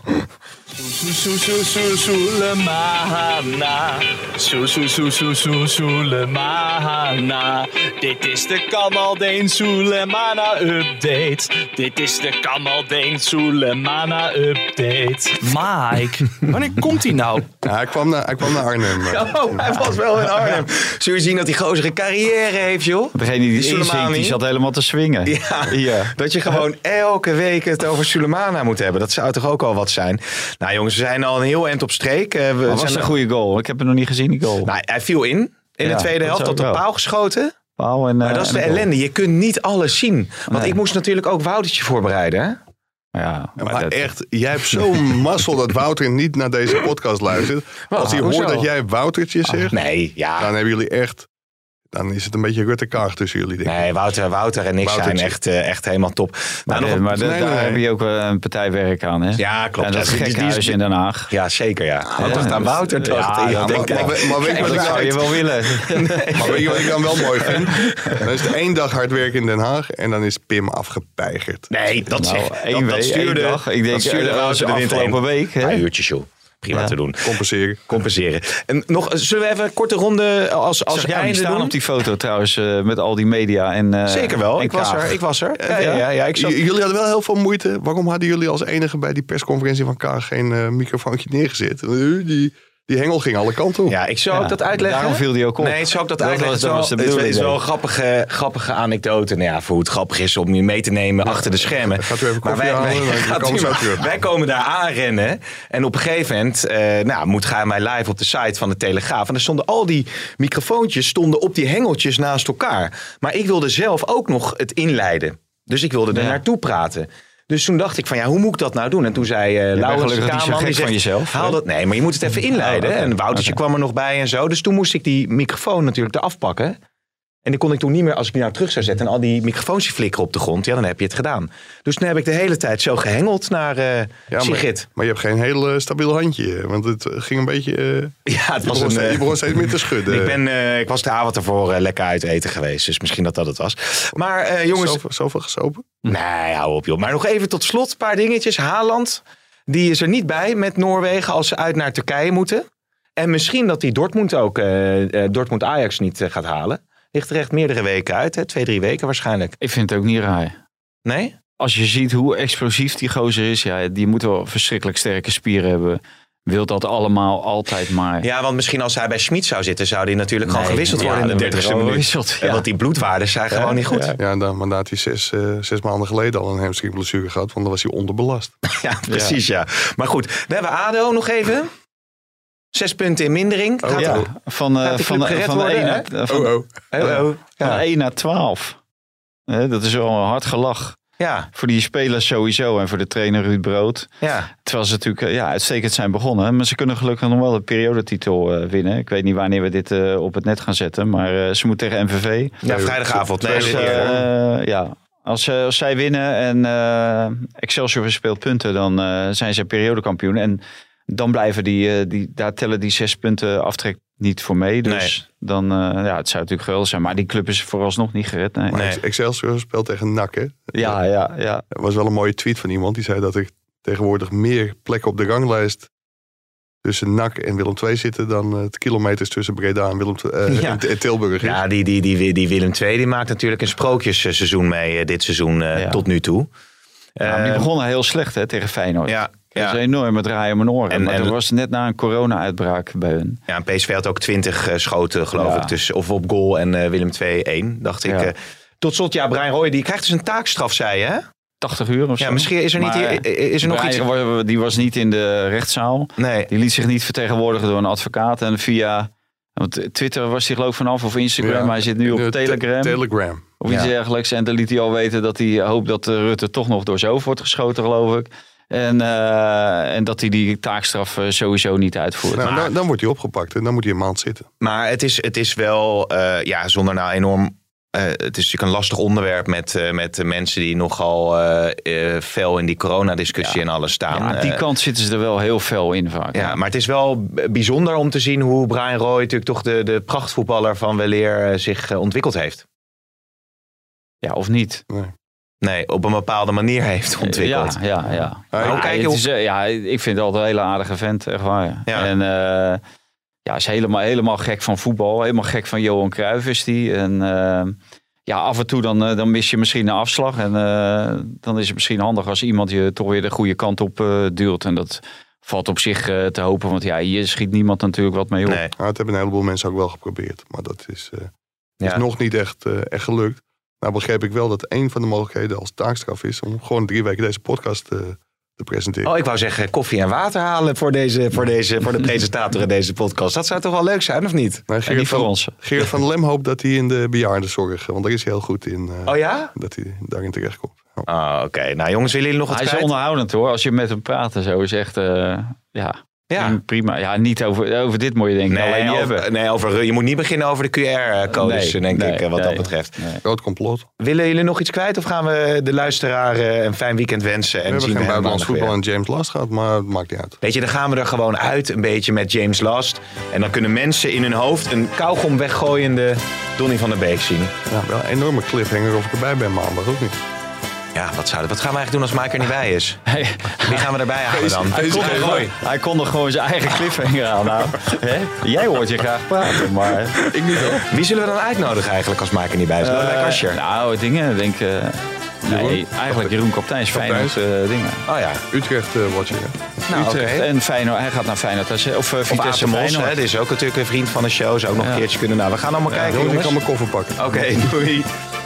G: Soelemana. Soelemana. Dit is de Kamaldeen Soelemana update. Dit is de Kamaldeen Soelemana update. Mike, wanneer komt hij nou?
D: Ja, hij, kwam naar, hij kwam naar Arnhem.
B: [LAUGHS] Oh, hij was wel in Arnhem. Zul je zien dat die gozer een carrière heeft, joh?
C: Degene die het
B: Soleimani.
C: inzingt, die zat helemaal te swingen.
B: Ja, dat je gewoon elke week het over Sulemana moet hebben. Dat zou toch ook al wat zijn? Nou jongens, we zijn al een heel eind op streek. Eh, we
C: Dat was
B: zijn
C: een goede goal. Ik heb hem nog niet gezien, die goal.
B: Nou, hij viel in. In
C: Ja,
B: de tweede
C: dat
B: helft
C: zou
B: tot de
C: ik wel.
B: paal geschoten.
C: Paal en, eh,
B: Maar dat is
C: en
B: de
C: een goal.
B: ellende. Je kunt niet alles zien. Want
C: Nee.
B: ik moest natuurlijk ook Woutertje voorbereiden. hè?
C: Ja, maar
D: Maar,
C: dat-
D: echt, jij hebt zo'n [LAUGHS] mazzel dat Wouter niet naar deze podcast luistert. Als hij
B: hoezo?
D: hoort dat jij Woutertje zegt,
B: Nee, ja.
D: dan hebben jullie echt... Dan is het een beetje Rutte Kaag tussen jullie, denk ik.
B: Nee, Wouter, Wouter en ik zijn
D: Woutertje.
B: echt, eh, echt helemaal top.
C: Maar,
B: Nou, nog
C: de-
B: een-
C: maar de-
D: nee,
C: daar
D: nee.
C: heb je ook wel een partijwerk aan, hè?
B: Ja, klopt.
C: En dat
B: Ja, die- die- die-
C: gekhuis in Den Haag.
B: Ja, zeker ja. Hij
C: Ja,
B: dacht aan
C: dat-
B: Wouter. dacht
C: ja,
B: hij.
C: dat
B: Ja,
C: denk
B: denk
C: ik.
B: ik.
C: [LAUGHS]
D: maar, maar, maar weet je
C: Dat
D: wat ik
C: zou je
D: nou-
C: wel
B: [LAUGHS]
C: willen.
D: Maar weet je wat ik dan wel mooi vind? Dan is het één dag hard werken in Den Haag en dan is Pim afgepeigerd.
B: Nee, dat
C: Nou,
B: zeg
C: één
B: dat, dat
C: week,
B: stuurde,
C: één dag. Ik denk,
B: dat stuurde
C: eh, dat was
B: Wouter de wind
C: afgelopen
B: heen.
C: week, hè?
B: Een paar uurtjes, joh. Prima
C: Ja.
B: te doen.
D: Compenseren.
B: Compenseren. En nog, zullen we even een korte ronde als, als
C: Zag jij hem
B: einde
C: staan
B: doen?
C: op nou, die foto trouwens eh, met al die media en eh,
B: Zeker wel.
C: en
B: Ik was
C: Kaag.
B: er. Ik was er. Ja, ja, ja, ik zat...
D: J- jullie hadden wel heel veel moeite. Waarom hadden jullie als enige bij die persconferentie van Kaag geen eh, microfoontje neergezet? Eh, Die, die hengel ging alle kanten op.
B: Ja, ik zou
C: Ja,
B: ook dat uitleggen.
C: daarom viel die ook op.
B: Nee, zou ik dat,
C: Dat
B: uitleggen.
C: was- dat
B: Het is
C: was de
B: wel- het
C: bedoeling,
B: is wel een
C: denk
B: grappige, grappige anekdote. Nou ja, voor hoe het grappig is om je mee te nemen achter de schermen.
D: Gaat u even koffie halen, dan
B: gaat
D: komen
B: u
D: we zo
B: maar-
D: terug.
B: wij komen daar aanrennen. En op een gegeven moment eh, nou, moet gaan wij live op de site van de Telegraaf. En er stonden al die microfoontjes stonden op die hengeltjes naast elkaar. Maar ik wilde zelf ook nog het inleiden. Dus ik wilde er
C: Ja.
B: naartoe praten. Dus toen dacht ik van ja, hoe moet ik dat nou doen? En toen zei eh Laurens, de
C: gelukkig niet zo
B: cameraman,
C: gek
B: die zegt,
C: van jezelf, hè?
B: Haal dat, nee, maar je moet het even inleiden.
C: Oh, oké.
B: En Woutertje
C: Oké.
B: kwam er nog bij en zo. Dus toen moest ik die microfoon natuurlijk eraf pakken. En die kon ik toen niet meer, als ik die nou terug zou zetten... en al die microfoons die flikkeren op de grond, ja, dan heb je het gedaan. Dus toen heb ik de hele tijd zo gehengeld naar eh
D: Ja, maar,
B: Sigrid.
D: maar je hebt geen heel eh, stabiel handje. Want het ging een beetje... eh,
B: Ja, het
D: je,
B: was
D: begon,
B: een...
D: steeds- je
B: eh,
D: begon steeds meer te [LAUGHS] schudden.
B: ik, ben, eh, ik was de avond ervoor eh, lekker uit eten geweest. Dus misschien dat dat het was. Maar eh, jongens...
D: Zoveel, zoveel gesopen?
B: Nee, hou op joh. Maar nog even tot slot, een paar dingetjes. Haaland, die is er niet bij met Noorwegen als ze uit naar Turkije moeten. En misschien dat die Dortmund ook, eh, eh, Dortmund-Ajax niet eh, gaat halen. Ligt er echt meerdere weken uit, hè? twee, drie weken waarschijnlijk.
C: Ik vind het ook niet raar.
B: Nee?
C: Als je ziet hoe explosief die gozer is, ja, die moet wel verschrikkelijk sterke spieren hebben. Wil dat allemaal altijd maar.
B: Ja, want misschien als hij bij Schmid zou zitten, zou die natuurlijk gewoon
C: Nee,
B: gewisseld
C: ja,
B: worden in de
C: dan werd er
B: 30ste
C: gewoon
B: minuut.
C: gewisseld,
B: Eh,
C: ja.
B: Want die bloedwaarden zijn gewoon niet goed. Ja,
D: Ja, en dan, maar daar had hij zes, eh, zes maanden geleden al een hamstringblessure gehad. Want dan was hij onderbelast.
B: precies [LAUGHS] ja. Maar goed, we hebben ADO nog even. Zes punten in mindering. Gaat
C: Ja,
B: er-
C: Van, eh,
B: Gaat die
C: van,
B: club
C: eh,
B: gered
C: van,
B: worden,
C: 1
B: hè?
C: naar, van,
D: oh.
B: Oh, oh.
C: van
B: Ja.
C: Eh, 1 naar 12. Hè, dat is wel een hard gelach.
B: Ja,
C: Voor die spelers sowieso en voor de trainer Ruud Brood.
B: ja.
C: Terwijl ze natuurlijk eh, ja, uitstekend zijn begonnen. Maar ze kunnen gelukkig nog wel de periodetitel eh, winnen. Ik weet niet wanneer we dit eh, op het net gaan zetten. Maar eh, ze moet tegen MVV.
B: ja vrijdagavond. Nee,
C: Dus,
B: dit eerder.
C: eh, ja, als, ze- als zij winnen en eh, Excelsior speelt punten, dan eh, zijn zij periodekampioen. En dan blijven die, eh, die, daar tellen die zes punten aftrek niet voor mee. Dus dan, eh, ja, het zou natuurlijk geweldig zijn. Maar die club is vooralsnog niet gered. Nee.
D: Maar
B: Nee.
D: Ex- Excelsior speelt tegen NAC, hè?
C: Ja, ja, ja.
D: Er was wel een mooie tweet van iemand. Die zei dat er tegenwoordig meer plekken op de ranglijst tussen NAC en Willem II zitten dan eh, het kilometers tussen Breda en, Willem, II- eh,
B: Ja.
D: en, en Tilburg is.
B: Ja, die, die, die, die Willem II die maakt natuurlijk een sprookjesseizoen mee eh, dit seizoen eh,
C: Ja.
B: tot nu toe.
C: Ja, maar Nou, die
B: Eh,
C: begonnen heel slecht hè, tegen Feyenoord.
B: ja,
C: Dat is
B: ja.
C: een enorme draai om mijn oren.
B: En-
C: maar
B: en-
C: dat was net na een corona-uitbraak bij hun.
B: Ja, en PSV had ook 20 eh, schoten, geloof
C: Ja.
B: ik. Dus, of op goal en eh, Willem 2-1, dacht ik.
C: Ja.
B: eh. tot slot, ja, Brian Roy, die krijgt dus een taakstraf, zei je, hè?
C: 80 uur of zo.
B: Ja, misschien is er, niet,
C: Maar,
B: i- i- is er nog
C: Brian
B: iets...
C: wa- Die was niet in de rechtszaal.
B: Nee,
C: Die liet zich niet vertegenwoordigen door een advocaat. En via want Twitter was hij geloof ik vanaf of Instagram.
D: Ja.
C: maar hij zit nu op
D: Eh, te-
C: Telegram
D: Telegram.
C: of iets
B: Ja.
C: dergelijks. En dan liet hij al weten dat hij hoopt dat eh, Rutte toch nog door zijn hoofd wordt geschoten geloof ik. En, eh, en dat hij die taakstraf eh, sowieso niet uitvoert.
D: Nou,
C: Maar-
D: dan, dan wordt hij opgepakt en dan moet hij een maand zitten.
B: maar het is, het is wel, eh, ja, zonder nou enorm... eh, het is natuurlijk een lastig onderwerp met, eh, met de mensen die nogal eh, eh, fel in die coronadiscussie en alles staan.
C: ja, aan die
B: Eh,
C: kant zitten ze er wel heel fel in vaak.
B: Ja, maar het is wel b- bijzonder om te zien hoe Brian Roy, natuurlijk toch de, de prachtvoetballer van weleer, eh, zich eh, ontwikkeld heeft.
C: Ja, of niet?
B: Nee, op een bepaalde manier heeft ontwikkeld.
C: Eh, Ja, ja, ja.
D: Maar
B: hoe kijk je
C: het
B: op-
C: is, eh, ja, ik vind het altijd een hele aardige vent, echt waar.
B: Ja.
C: En eh, ja, is helemaal, helemaal gek van voetbal. Helemaal gek van Johan Cruijff is die. En eh, ja, af en toe dan, eh, dan mis je misschien een afslag. En eh, dan is het misschien handig als iemand je toch weer de goede kant op eh, duwt. En dat valt op zich eh, te hopen. Want ja, hier schiet niemand natuurlijk wat mee op.
B: Nee,
D: Nou, het hebben een heleboel mensen ook wel geprobeerd. Maar dat is, eh,
B: ja.
D: is nog niet echt, eh, echt gelukt. Nou begreep ik wel dat een van de mogelijkheden als taakstraf is... om gewoon drie weken deze podcast eh, te presenteren.
B: Oh, ik wou zeggen koffie en water halen voor, deze, voor, deze,
C: [LAUGHS]
B: voor de presentator in deze podcast. Dat zou toch wel leuk zijn, of niet?
D: Maar
C: En
D: Nou, Gerard
C: niet voor
D: van,
C: ons.
D: Gerard van Lem hoopt dat hij in de bejaardenzorg... eh, want daar is hij heel goed in, eh,
B: Oh ja?
D: dat hij daarin terechtkomt. Ja.
B: Ah, oké. Nou jongens, willen jullie nog wat
C: Hij is
B: kwijt?
C: onderhoudend hoor. Als je met hem praat en zo is echt... eh, ja,
B: Ja.
C: prima. Ja, niet over, over dit moet je denken. alleen
B: Nee,
C: niet hebben.
B: over, nee over, je moet niet beginnen over de QR-codes,
C: Nee,
B: denk
C: nee,
B: ik, eh, wat dat
C: nee.
B: betreft.
D: Groot complot.
B: Willen jullie nog iets kwijt of gaan we de luisteraar eh, een fijn weekend wensen? En
D: we hebben
B: zien
D: geen
B: hem
D: buitenlands
B: maandag weer?
D: voetbal en James Last gehad, maar het maakt niet uit.
B: Weet je, dan gaan we er gewoon uit een beetje met James Last. En dan kunnen mensen in hun hoofd een kauwgom weggooiende Donny van der Beek zien.
D: Ja, wel een enorme cliffhanger of ik erbij ben maandag, ook niet?
B: Ja, wat, zou, wat gaan we eigenlijk doen als Mike er niet bij is?
C: [LAUGHS]
B: Wie gaan we erbij halen dan?
D: Hij is-
C: Kon er gewoon- hij kon er gewoon zijn eigen cliffhanger aan. Nou, hè? Jij hoort je graag praten, maar...
D: Ik niet hoor.
B: Wie zullen we dan uitnodigen eigenlijk als Mike er niet bij is? Lodewijk Asscher.
C: Eh, nou, dingen, denk ik... eh, nee, eigenlijk Jeroen Kapteins,
D: Kapteins.
C: Feyenoord eh, dingen.
B: Oh ja,
D: Utrecht eh watcher.
B: nou oké.
C: Utrecht en Feyenoord, hij gaat naar Feyenoord. Hij zegt- Of eh,
B: Of
C: Vitesse
B: Aten Mos, hè,
C: Feyenoord.
B: die is ook natuurlijk een vriend van de show. Zou ook nog een keertje kunnen. Nou, we gaan allemaal kijken,
D: Jongens, ik
B: jongens.
D: kan mijn koffer pakken.
B: Oké, doei.